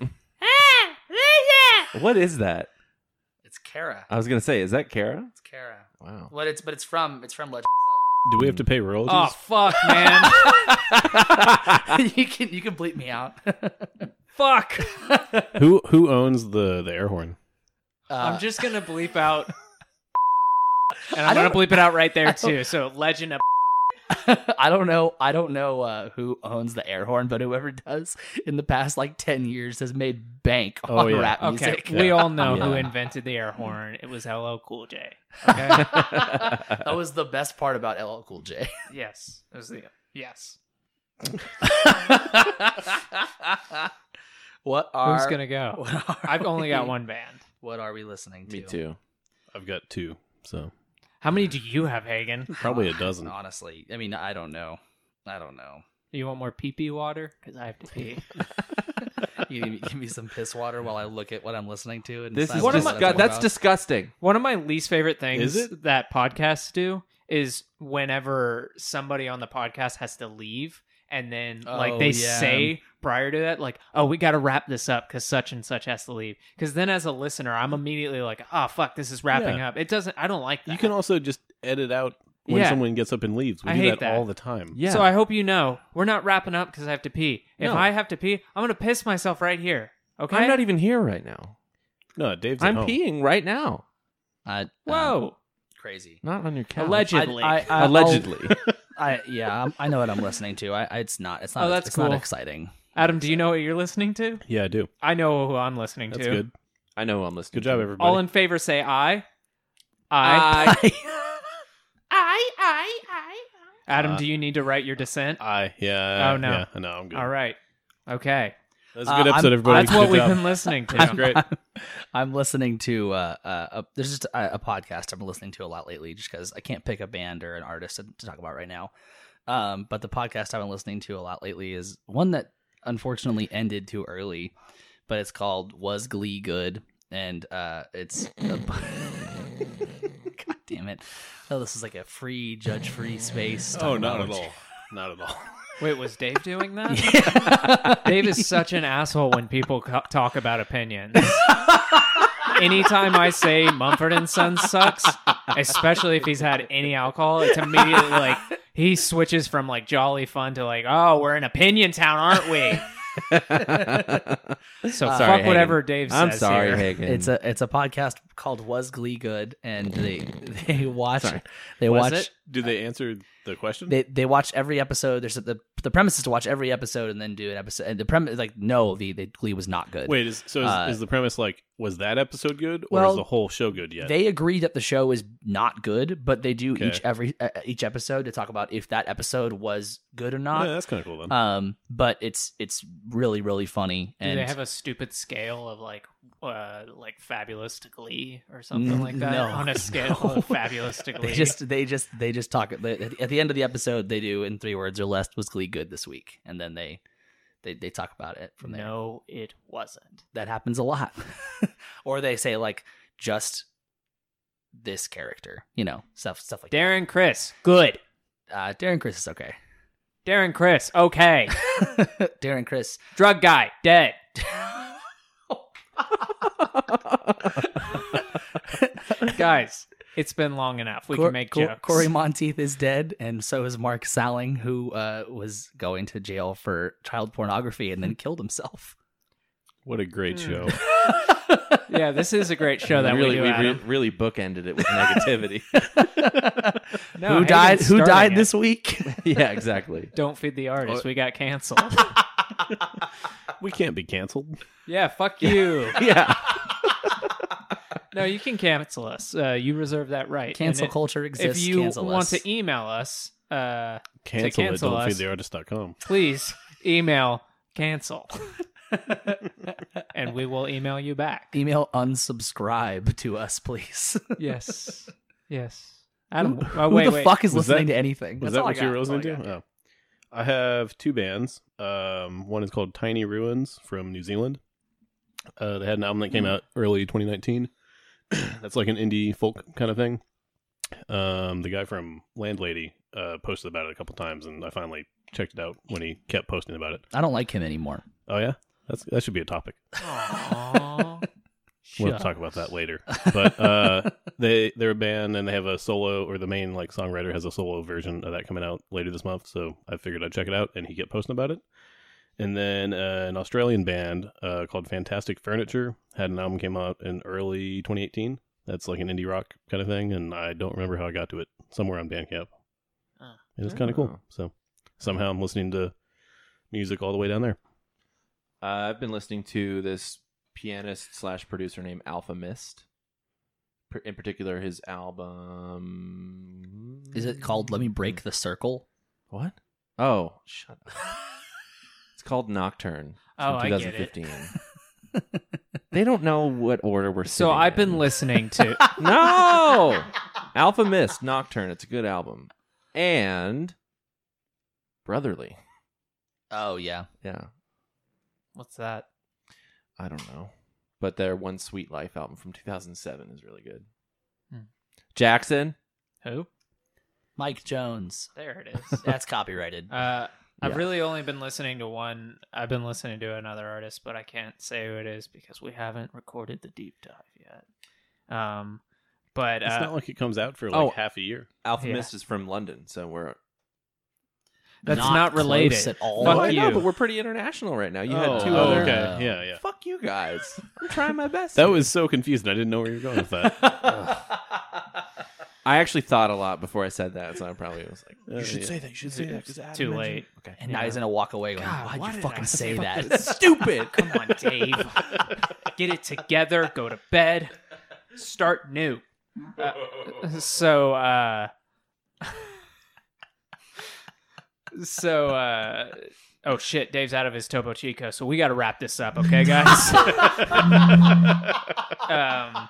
A: Ah, listen!
B: What is that?
C: It's Kara.
B: I was gonna say, is that Kara?
C: It's Kara.
B: Wow.
C: What it's but it's from it's from Legend.
D: Do we have to pay royalties?
A: Oh fuck, man!
C: you can you can bleep me out.
A: fuck!
C: Uh,
A: Oh.
D: Who who owns the the air horn?
A: I'm just gonna bleep out, and
C: I
A: I'm gonna
C: don't-
A: bleep it out right
C: I
A: there
C: don't-
A: too. So legend of
C: I don't know. I don't know uh, who owns the air horn, but whoever does in the past like ten years has made bank
D: Oh,
C: on
D: yeah.
C: rap
A: Okay,
C: music.
A: we all know who
B: Yeah.
A: invented the air horn. It was LL Cool J. Okay?
C: that was the best part about LL Cool J.
A: yes, it was the yes.
C: what are
A: Who's gonna go?
C: what are
A: I've only got
C: we-
A: one band.
C: What are we listening to?
B: Me too.
D: I've got two, so
A: How many do you have, Hagen?
D: probably a dozen.
C: Honestly, I mean, I don't know. I don't know.
A: Do you want more pee pee water? Because I have to pee.
C: You give me, give me some piss water while I look at what I'm listening to. And
B: This
C: decide
B: is
A: What
C: what
A: am
B: disgu-
A: I-
C: that's
B: that's
C: about.
B: disgusting.
A: One of my least favorite things
D: Is it?
A: that podcasts do is whenever somebody on the podcast has to leave and then like
C: Oh,
A: they
C: yeah.
A: say prior to that like oh we got to wrap this up cuz such and such has to leave cuz then as a listener I'm immediately like oh fuck this is wrapping up it doesn't I don't like that
D: You can also just edit out when
A: Yeah.
D: someone gets up and leaves. We
A: I
D: do
A: hate
D: that,
A: that.
D: all the time.
B: Yeah.
A: So I hope you know we're not wrapping up cuz I have to pee if
B: No.
A: I have to pee I'm going to piss myself right here okay
B: I'm not even here right now.
D: No, Dave's at
B: I'm
D: home.
B: peeing right now.
C: I- uh,
A: whoa
C: crazy.
B: Not on your couch.
A: allegedly
C: I, I, I,
B: Allegedly.
C: I'll- I, yeah, I'm, I know what I'm listening to. I, I- it's not. It's not.
A: Oh, that's
C: it's
A: cool.
C: not exciting.
A: Adam do you know what you're listening to
D: Yeah, I do.
A: I know who I'm listening
D: That's
A: to
D: good.
B: I know who I'm listening.
D: Good job,
B: to.
D: everybody.
A: All in favor say aye. Aye.
B: I,
A: Ah,
E: I, I, I.
A: Adam,
D: Uh,
A: do you need to write your dissent?
D: I yeah.
A: Oh, no.
D: Yeah, no, I'm good.
A: All right. Okay.
D: That's a
C: Uh,
D: good
C: I'm-
D: episode, everybody.
A: That's what
D: Good
A: we've
D: job.
A: been listening to.
D: That's great.
C: I'm listening to uh, uh, a, there's just a, a podcast I'm listening to a lot lately, just because I can't pick a band or an artist to, to talk about right now. Um, but the podcast I've been listening to a lot lately is one that unfortunately ended too early, but it's called "Was Glee Good?" and uh, it's a- God damn it! Oh, this is like a free judge-free space. to
D: Oh,
C: talk
D: not
C: about
D: at
C: it.
D: all. Not at all.
A: Wait, was Dave doing that? Dave is such an asshole when people co- talk about opinions. Anytime I say Mumford and Son sucks, especially if he's had any alcohol, it's immediately like he switches from like jolly fun to like, oh, we're in opinion town, aren't we?
D: Uh,
A: So
B: Sorry,
A: fuck whatever
B: Hagen.
A: Dave says.
B: I'm sorry,
A: here.
B: Hagen.
C: It's a it's a podcast called "Was Glee Good?" and they they watch
B: Sorry.
C: they
A: Was
C: watch
A: it?
D: Do they answer the question?
C: they they watch every episode. There's the the premise is to watch every episode and then do an episode. And the premise like no, the, the Glee was not good.
D: Wait, is, so is,
C: Uh,
D: is the premise like was that episode good, or
C: well,
D: is the whole show good yet?
C: They agree that the show is not good, but they do
D: Okay.
C: each every uh, each episode to talk about if that episode was good or
D: yeah,
C: not.
D: that's kind of cool then.
C: Um, but it's it's really really funny
A: Do
C: and
A: they have a stupid scale of like, uh, like fabulous to glee or something
C: Mm,
A: like that
C: no.
A: on a scale
C: No.
A: of fabulous to glee?
C: they just they just they just talk they- at the- at the end of the episode. They do in three words or less was Glee good this week, and then they they they talk about it from there.
A: no, it wasn't.
C: that happens a lot. or they say like just this character, you know, stuff stuff like
A: Darren Chris, good.
C: that. Uh, Darren Chris is okay.
A: Darren Chris, okay.
C: Darren Chris.
A: Drug guy, dead. Guys, it's been long enough. We
C: Cor-
A: can make
C: Cor-
A: jokes.
C: Corey Monteith is dead, and so is Mark Salling, who uh, was going to jail for child pornography and then killed himself.
D: what a great
A: Hmm.
D: show!
A: yeah, this is a great show that
B: really,
A: we do.
B: we
A: Adam.
B: re- really bookended it with negativity.
A: No,
C: who
A: Hagen's
C: died? Who
A: starting
C: died
A: it.
C: this week?
B: yeah, exactly.
A: Don't feed the artist. We got canceled.
D: we can't be canceled.
A: yeah, fuck you.
B: Yeah.
A: No, you can cancel us. Uh, you reserve that right. And
C: Cancel
A: it-
C: culture
A: If
C: exists.
A: you
C: cancel
A: want
C: us.
A: to e- email us, uh,
D: Cancel,
A: cancel
D: it. Don't
A: us.
D: feed the artist.com.
A: please email cancel, and we will email you back.
C: email unsubscribe to us, please.
A: Yes. Yes. Adam, oh,
C: Who
A: wait,
C: the
A: wait.
C: fuck is
D: Was
C: listening
D: that-
C: to anything? That's
D: Was that
C: all I
D: what you
C: got.
D: were
C: That's all
D: listening
C: I got.
D: to? Oh. I have two bands. Um, one is called Tiny Ruins from New Zealand. Uh, they had an album that came
C: Hmm.
D: out early 2019. That's like an indie folk kind of thing. Um, the guy from Landlady uh, posted about it a couple times, and I finally checked it out when he kept posting about it.
C: I don't like him anymore.
D: Oh yeah, that's that should be a topic.
A: Aw.
D: We'll have
A: Shucks.
D: to talk about that later. But uh, they they're a band and they have a solo or the main like songwriter has a solo version of that coming out later this month. So I figured I'd check it out and he kept posting about it. And then uh, an Australian band uh, called Fantastic Furniture had an album came out in early 2018. That's like an indie rock kind of thing, and I don't remember how I got to it. Somewhere on Bandcamp.
A: Oh.
D: It was kind of cool.
B: Oh.
D: So somehow I'm listening to music all the way down there.
B: Uh, I've been listening to this pianist slash producer named Alpha Mist. Per- In particular, his album
C: Is it called Let Me Break the Circle?
B: What? Oh, shut up. it's called Nocturne. From
A: Oh, I get it.
B: 2015. they don't know what order we're.
A: So
B: sitting
A: I've been
B: in.
A: listening to.
B: No, Alpha Mist Nocturne. It's a good album, and Brotherly.
C: Oh yeah.
B: Yeah,
A: What's that?
B: I don't know, but their One Sweet Life album from 2007 is really good.
A: Hmm.
B: Jackson,
A: Who?
C: Mike Jones.
A: There it is.
C: That's copyrighted.
A: Uh, I've
B: Yeah.
A: really only been listening to one. I've been listening to another artist, but I can't say who it is because we haven't recorded the deep dive yet. Um, but
D: It's
A: uh,
D: not like it comes out for like
B: oh.
D: half a year.
B: Alpha
A: Yeah.
B: Mist is from London, so we're
A: that's not,
C: Not close
A: related
C: at all.
A: Fuck
B: Oh, I know,
A: you.
B: but we're pretty international right now. You
D: Oh,
B: had two
D: oh,
B: other. Uh,
D: Okay. Yeah, yeah.
B: Fuck you guys. I'm trying my best.
D: That was so confusing. I didn't know where you were going with that.
B: I actually thought a lot before I said that, so I probably was like,
D: Uh, yeah.
B: that. You should say that." 'cause Adam
A: too
B: mentioned
A: late.
B: it." Okay.
C: and now he's gonna walk away going,
A: God, why
C: "Why'd you
A: did
C: fucking
A: I
C: say
A: fuck
C: that?"
A: this?
B: Stupid.
A: Come on, Dave. Get it together. Go to bed. Start new. Uh, so, uh, so, uh, oh shit, Dave's out of his Topo Chico, so we got to wrap this up, okay, guys? um,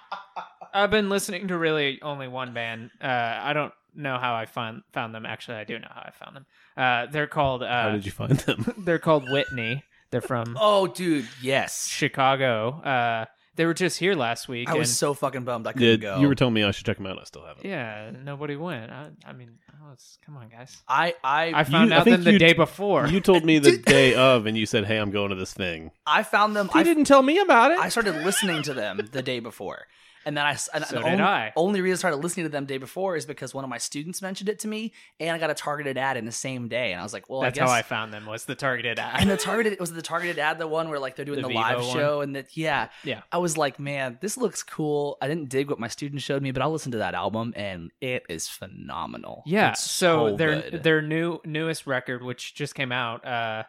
A: I've been listening to really only one band. Uh, I don't know how I found found them. Actually, I do know how I found them. Uh, they're called. Uh,
D: How did you find them?
A: they're called Whitney. They're from
C: oh, dude, yes.
A: Chicago. Uh, they were just here last week.
C: I was
A: and-
C: so fucking bummed I couldn't
D: Did,
C: go.
D: you were telling me I should check them out. I still haven't.
A: yeah, nobody went. I, I mean, I was- come on, guys.
C: I, I,
A: I found
D: I
A: out
D: think
A: them the
D: you-
A: day before.
D: You told me the day of, and you said, "Hey, I'm going to this thing."
C: I found them.
B: He
C: I
B: didn't tell me about it.
C: I started listening to them the day before. And then I, s- and
A: So
C: the
A: did
C: only,
A: I.
C: only reason I started listening to them day before is because one of my students mentioned it to me, and I got a targeted ad in the same day, and I was like, "Well,
A: That's
C: I guess."
A: how I found them. Was the targeted
C: and
A: ad?
C: the targeted was the targeted ad the one where like they're doing
A: The
C: the,
A: Vivo
C: live
A: one?
C: show, and that yeah,
A: Yeah.
C: I was like, "Man, this looks cool." I didn't dig what my student showed me, but I'll listen to that album, and it is phenomenal.
A: Yeah.
C: It's
A: so their
C: good.
A: their new newest record, which just came out, uh,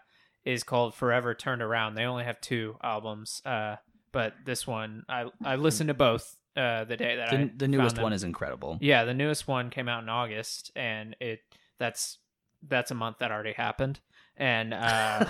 A: is called Forever Turned Around. They only have two albums, uh, but this one I I listened to both uh, the day that I
C: the, the newest
A: found them.
C: one is incredible.
A: Yeah, the newest one came out in August, and it that's that's a month that already happened. And uh,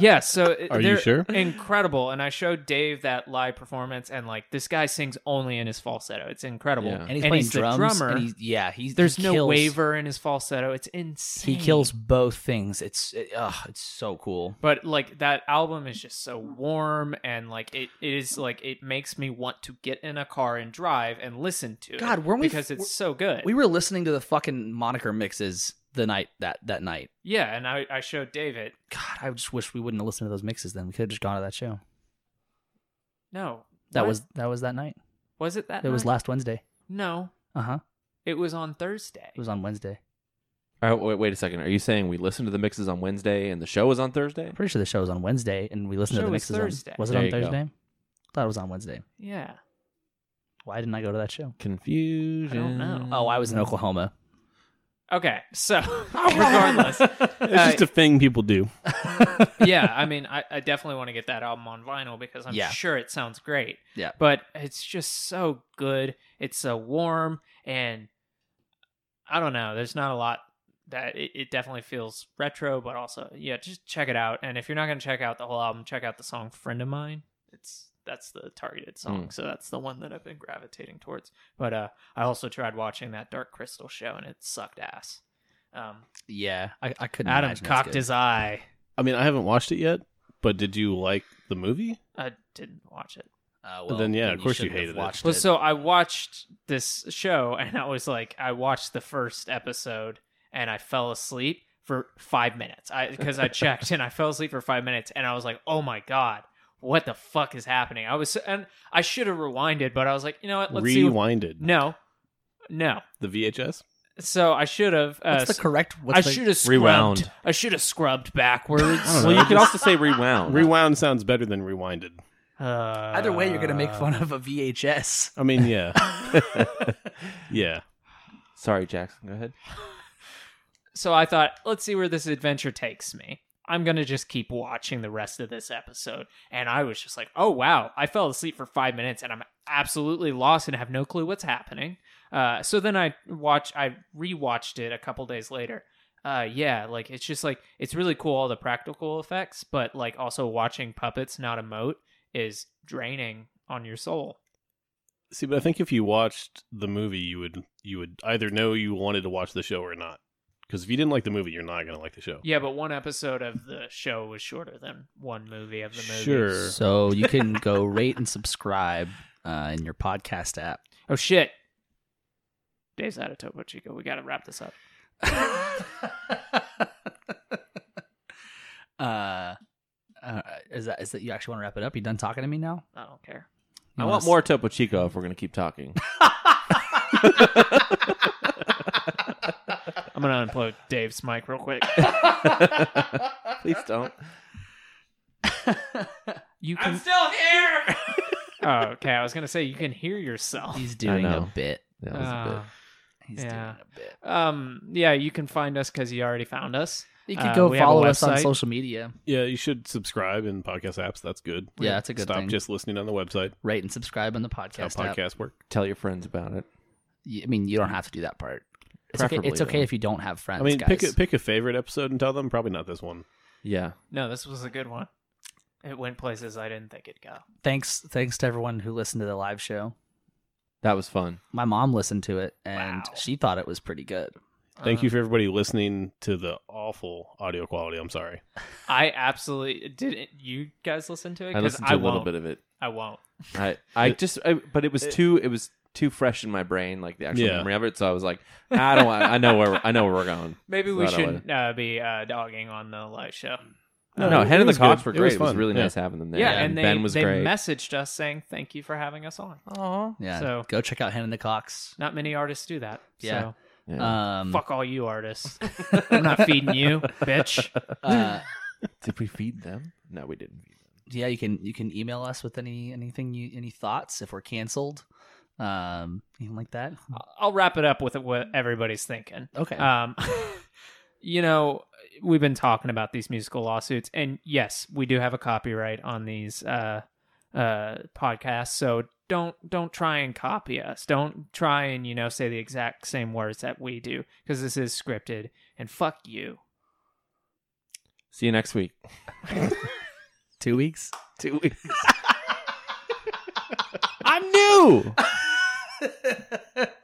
A: yeah, so it-
D: Are you
A: they're
D: sure?
A: Incredible. And I showed Dave that live performance, and like this guy sings only in his falsetto. It's incredible.
B: Yeah.
A: And
C: and
A: he's,
C: he's playing
A: the
C: drums.
A: drummer.
C: and he's, yeah, he's
A: There's
C: he
A: no
C: kills-
A: waver in his falsetto. It's insane.
C: He kills both things. It's it, ugh, it's so cool.
A: But like that album is just so warm, and like it, it is like it makes me want to get in a car and drive and listen to it.
C: God, weren't we-
A: because it's so good.
C: We were listening to the fucking moniker mixes the night that that night.
A: yeah, and I, I showed David.
C: God, I just wish we wouldn't have listened to those mixes. Then we could have just gone to that show.
A: No,
C: That
A: What?
C: was that was that night.
A: Was it that?
C: It was
A: night?
C: last Wednesday.
A: No,
C: Uh huh.
A: it was on Thursday.
C: It was on Wednesday.
B: All right, wait, wait a second. Are you saying we listened to the mixes on Wednesday and the show was on Thursday?
C: I'm pretty sure the show was on Wednesday, and we listened
A: Show
C: to the
A: was
C: mixes. on-
A: Thursday.
C: was it
B: There
C: on
B: you go.
C: Thursday? Thought it was on Wednesday.
A: yeah.
C: Why didn't I go to that show?
B: Confusion.
A: know.
C: Oh, I was
B: Mm.
C: in Oklahoma.
A: Okay. So regardless,
D: It's just a thing people do.
A: yeah. I mean, I, I definitely want to get that album on vinyl because I'm
C: Yeah.
A: sure it sounds great.
C: Yeah.
A: But it's just so good. It's so warm, and I don't know. There's not a lot that it, it definitely feels retro, but also yeah. Just check it out. And if you're not gonna check out the whole album, check out the song "Friend of Mine." It's that's the targeted
C: Hmm.
A: song, so that's the one that I've been gravitating towards. But uh, I also tried watching that Dark Crystal show, and it sucked ass. Um,
C: Yeah, I, I couldn't.
A: Adam
C: imagine it's
A: cocked
C: good.
A: his eye.
D: I mean, I haven't watched it yet, but did you like the movie?
A: I didn't watch it.
C: Uh, well,
D: Then, yeah, of course you
C: shouldn't have
D: hated it.
C: watched
A: Well, so I watched this show and I was like, I watched the first episode and I fell asleep for five minutes. I because I checked and I fell asleep for five minutes and I was like, oh my god, what the fuck is happening? I was and I should have rewinded, but I was like, you know what? Let's see. what-
D: Rewinded
A: No, no.
D: the VHS.
A: So I should have. Uh,
C: What's the correct? What's
A: I
C: the-
A: should have scrubbed.
B: Rewound.
A: I should have scrubbed backwards.
B: Well, you could also say rewound.
D: Rewound sounds better than rewinded.
A: Uh,
C: Either way, you're gonna make fun of a VHS.
D: I mean, yeah, yeah.
B: Sorry, Jackson. Go ahead.
A: So I thought, let's see where this adventure takes me. I'm going to just keep watching the rest of this episode. And I was just like, oh, wow. I fell asleep for five minutes and I'm absolutely lost and have no clue what's happening. Uh, so then I watch, I rewatched it a couple days later. Uh, yeah, like it's just like, it's really cool, all the practical effects, but like also watching puppets not emote is draining on your soul.
D: See, but I think if you watched the movie, you would you would either know you wanted to watch the show or not. Because if you didn't like the movie, you're not going to like the show.
A: Yeah, but one episode of the show was shorter than one movie of the movie.
D: Sure.
C: So you can go rate and subscribe uh, in your podcast app.
A: Oh shit. Dave's out of Topo Chico. We gotta wrap this up.
C: uh, uh, is that is that you actually want to wrap it up? You done talking to me now?
A: I don't care.
B: I
C: You
B: want
C: wanna
B: more Topo Chico if we're gonna keep talking.
A: I'm gonna unplug Dave's mic real quick.
B: Please don't.
A: You can... I'm still here. oh, okay. I was gonna say you can hear
C: s-
A: yourself.
C: He's doing a
B: know.
C: bit.
B: That was a bit.
A: Uh,
C: He's
A: Yeah.
C: doing a bit.
A: um. Yeah. You can find us because you already found us.
C: You
A: Uh,
C: can go
A: we have a
C: follow us on
A: website.
C: social media.
D: Yeah, you should subscribe in podcast apps. That's good.
C: Yeah, that's a good
D: Stop
C: thing.
D: just listening on the website.
C: Rate and subscribe on the
D: That's
C: podcast.
D: how
C: app.
D: podcasts work.
B: Tell your friends about it.
C: Y- I mean, you don't have to do that part. It's okay.
B: Preferably,
C: It's okay
B: though.
C: if you don't have friends.
D: I mean,
C: guys.
D: pick a, pick a favorite episode and tell them. Probably not this one.
B: Yeah.
A: No, this was a good one. It went places I didn't think it'd go.
C: thanks, thanks to everyone who listened to the live show.
B: That was fun.
C: My mom listened to it and
A: Wow.
C: she thought it was pretty good.
D: Thank
A: Uh,
D: you for everybody listening to the awful audio quality. I'm sorry.
A: I absolutely didn't. You guys listen to it?
B: I
A: 'Cause
B: listened to a
A: won't.
B: little bit of it.
A: I won't.
B: I I just I, but it was too it was too fresh in my brain like the actual
D: Yeah.
B: memory of it. So I was like, "Ah, I don't want. I know where we're- I know where we're going.
A: Maybe we
B: Right away.
A: shouldn't uh, be uh, dogging on the live show.
B: No,
D: it-
B: Hen
D: it
B: and the
D: was good.
B: Cops were
D: It
B: great.
D: was
B: It was,
D: fun.
B: really
D: Yeah.
B: nice having them there.
A: Yeah, and they,
B: Ben was
A: they
B: great.
A: messaged us saying thank you for having us on.
B: Aw.
C: Yeah.
A: So-
C: go check out Hen and the Cox.
A: Not many artists do that.
C: Yeah.
B: Yeah.
A: So
C: Um,
A: fuck all you artists. I'm not feeding you, bitch.
C: uh,
B: Did we feed them? No, we didn't. feed
C: yeah, you can you can email us with any anything you any thoughts if we're canceled, um, anything like that.
A: I'll wrap it up with what everybody's thinking.
C: Okay.
A: Um, you know, we've been talking about these musical lawsuits, and yes, we do have a copyright on these uh, uh, podcasts. So don't don't try and copy us. Don't try and you know say the exact same words that we do because this is scripted. And fuck you.
B: them. See you next week.
C: Two weeks.
B: Two weeks.
C: Uh,
B: I'm new.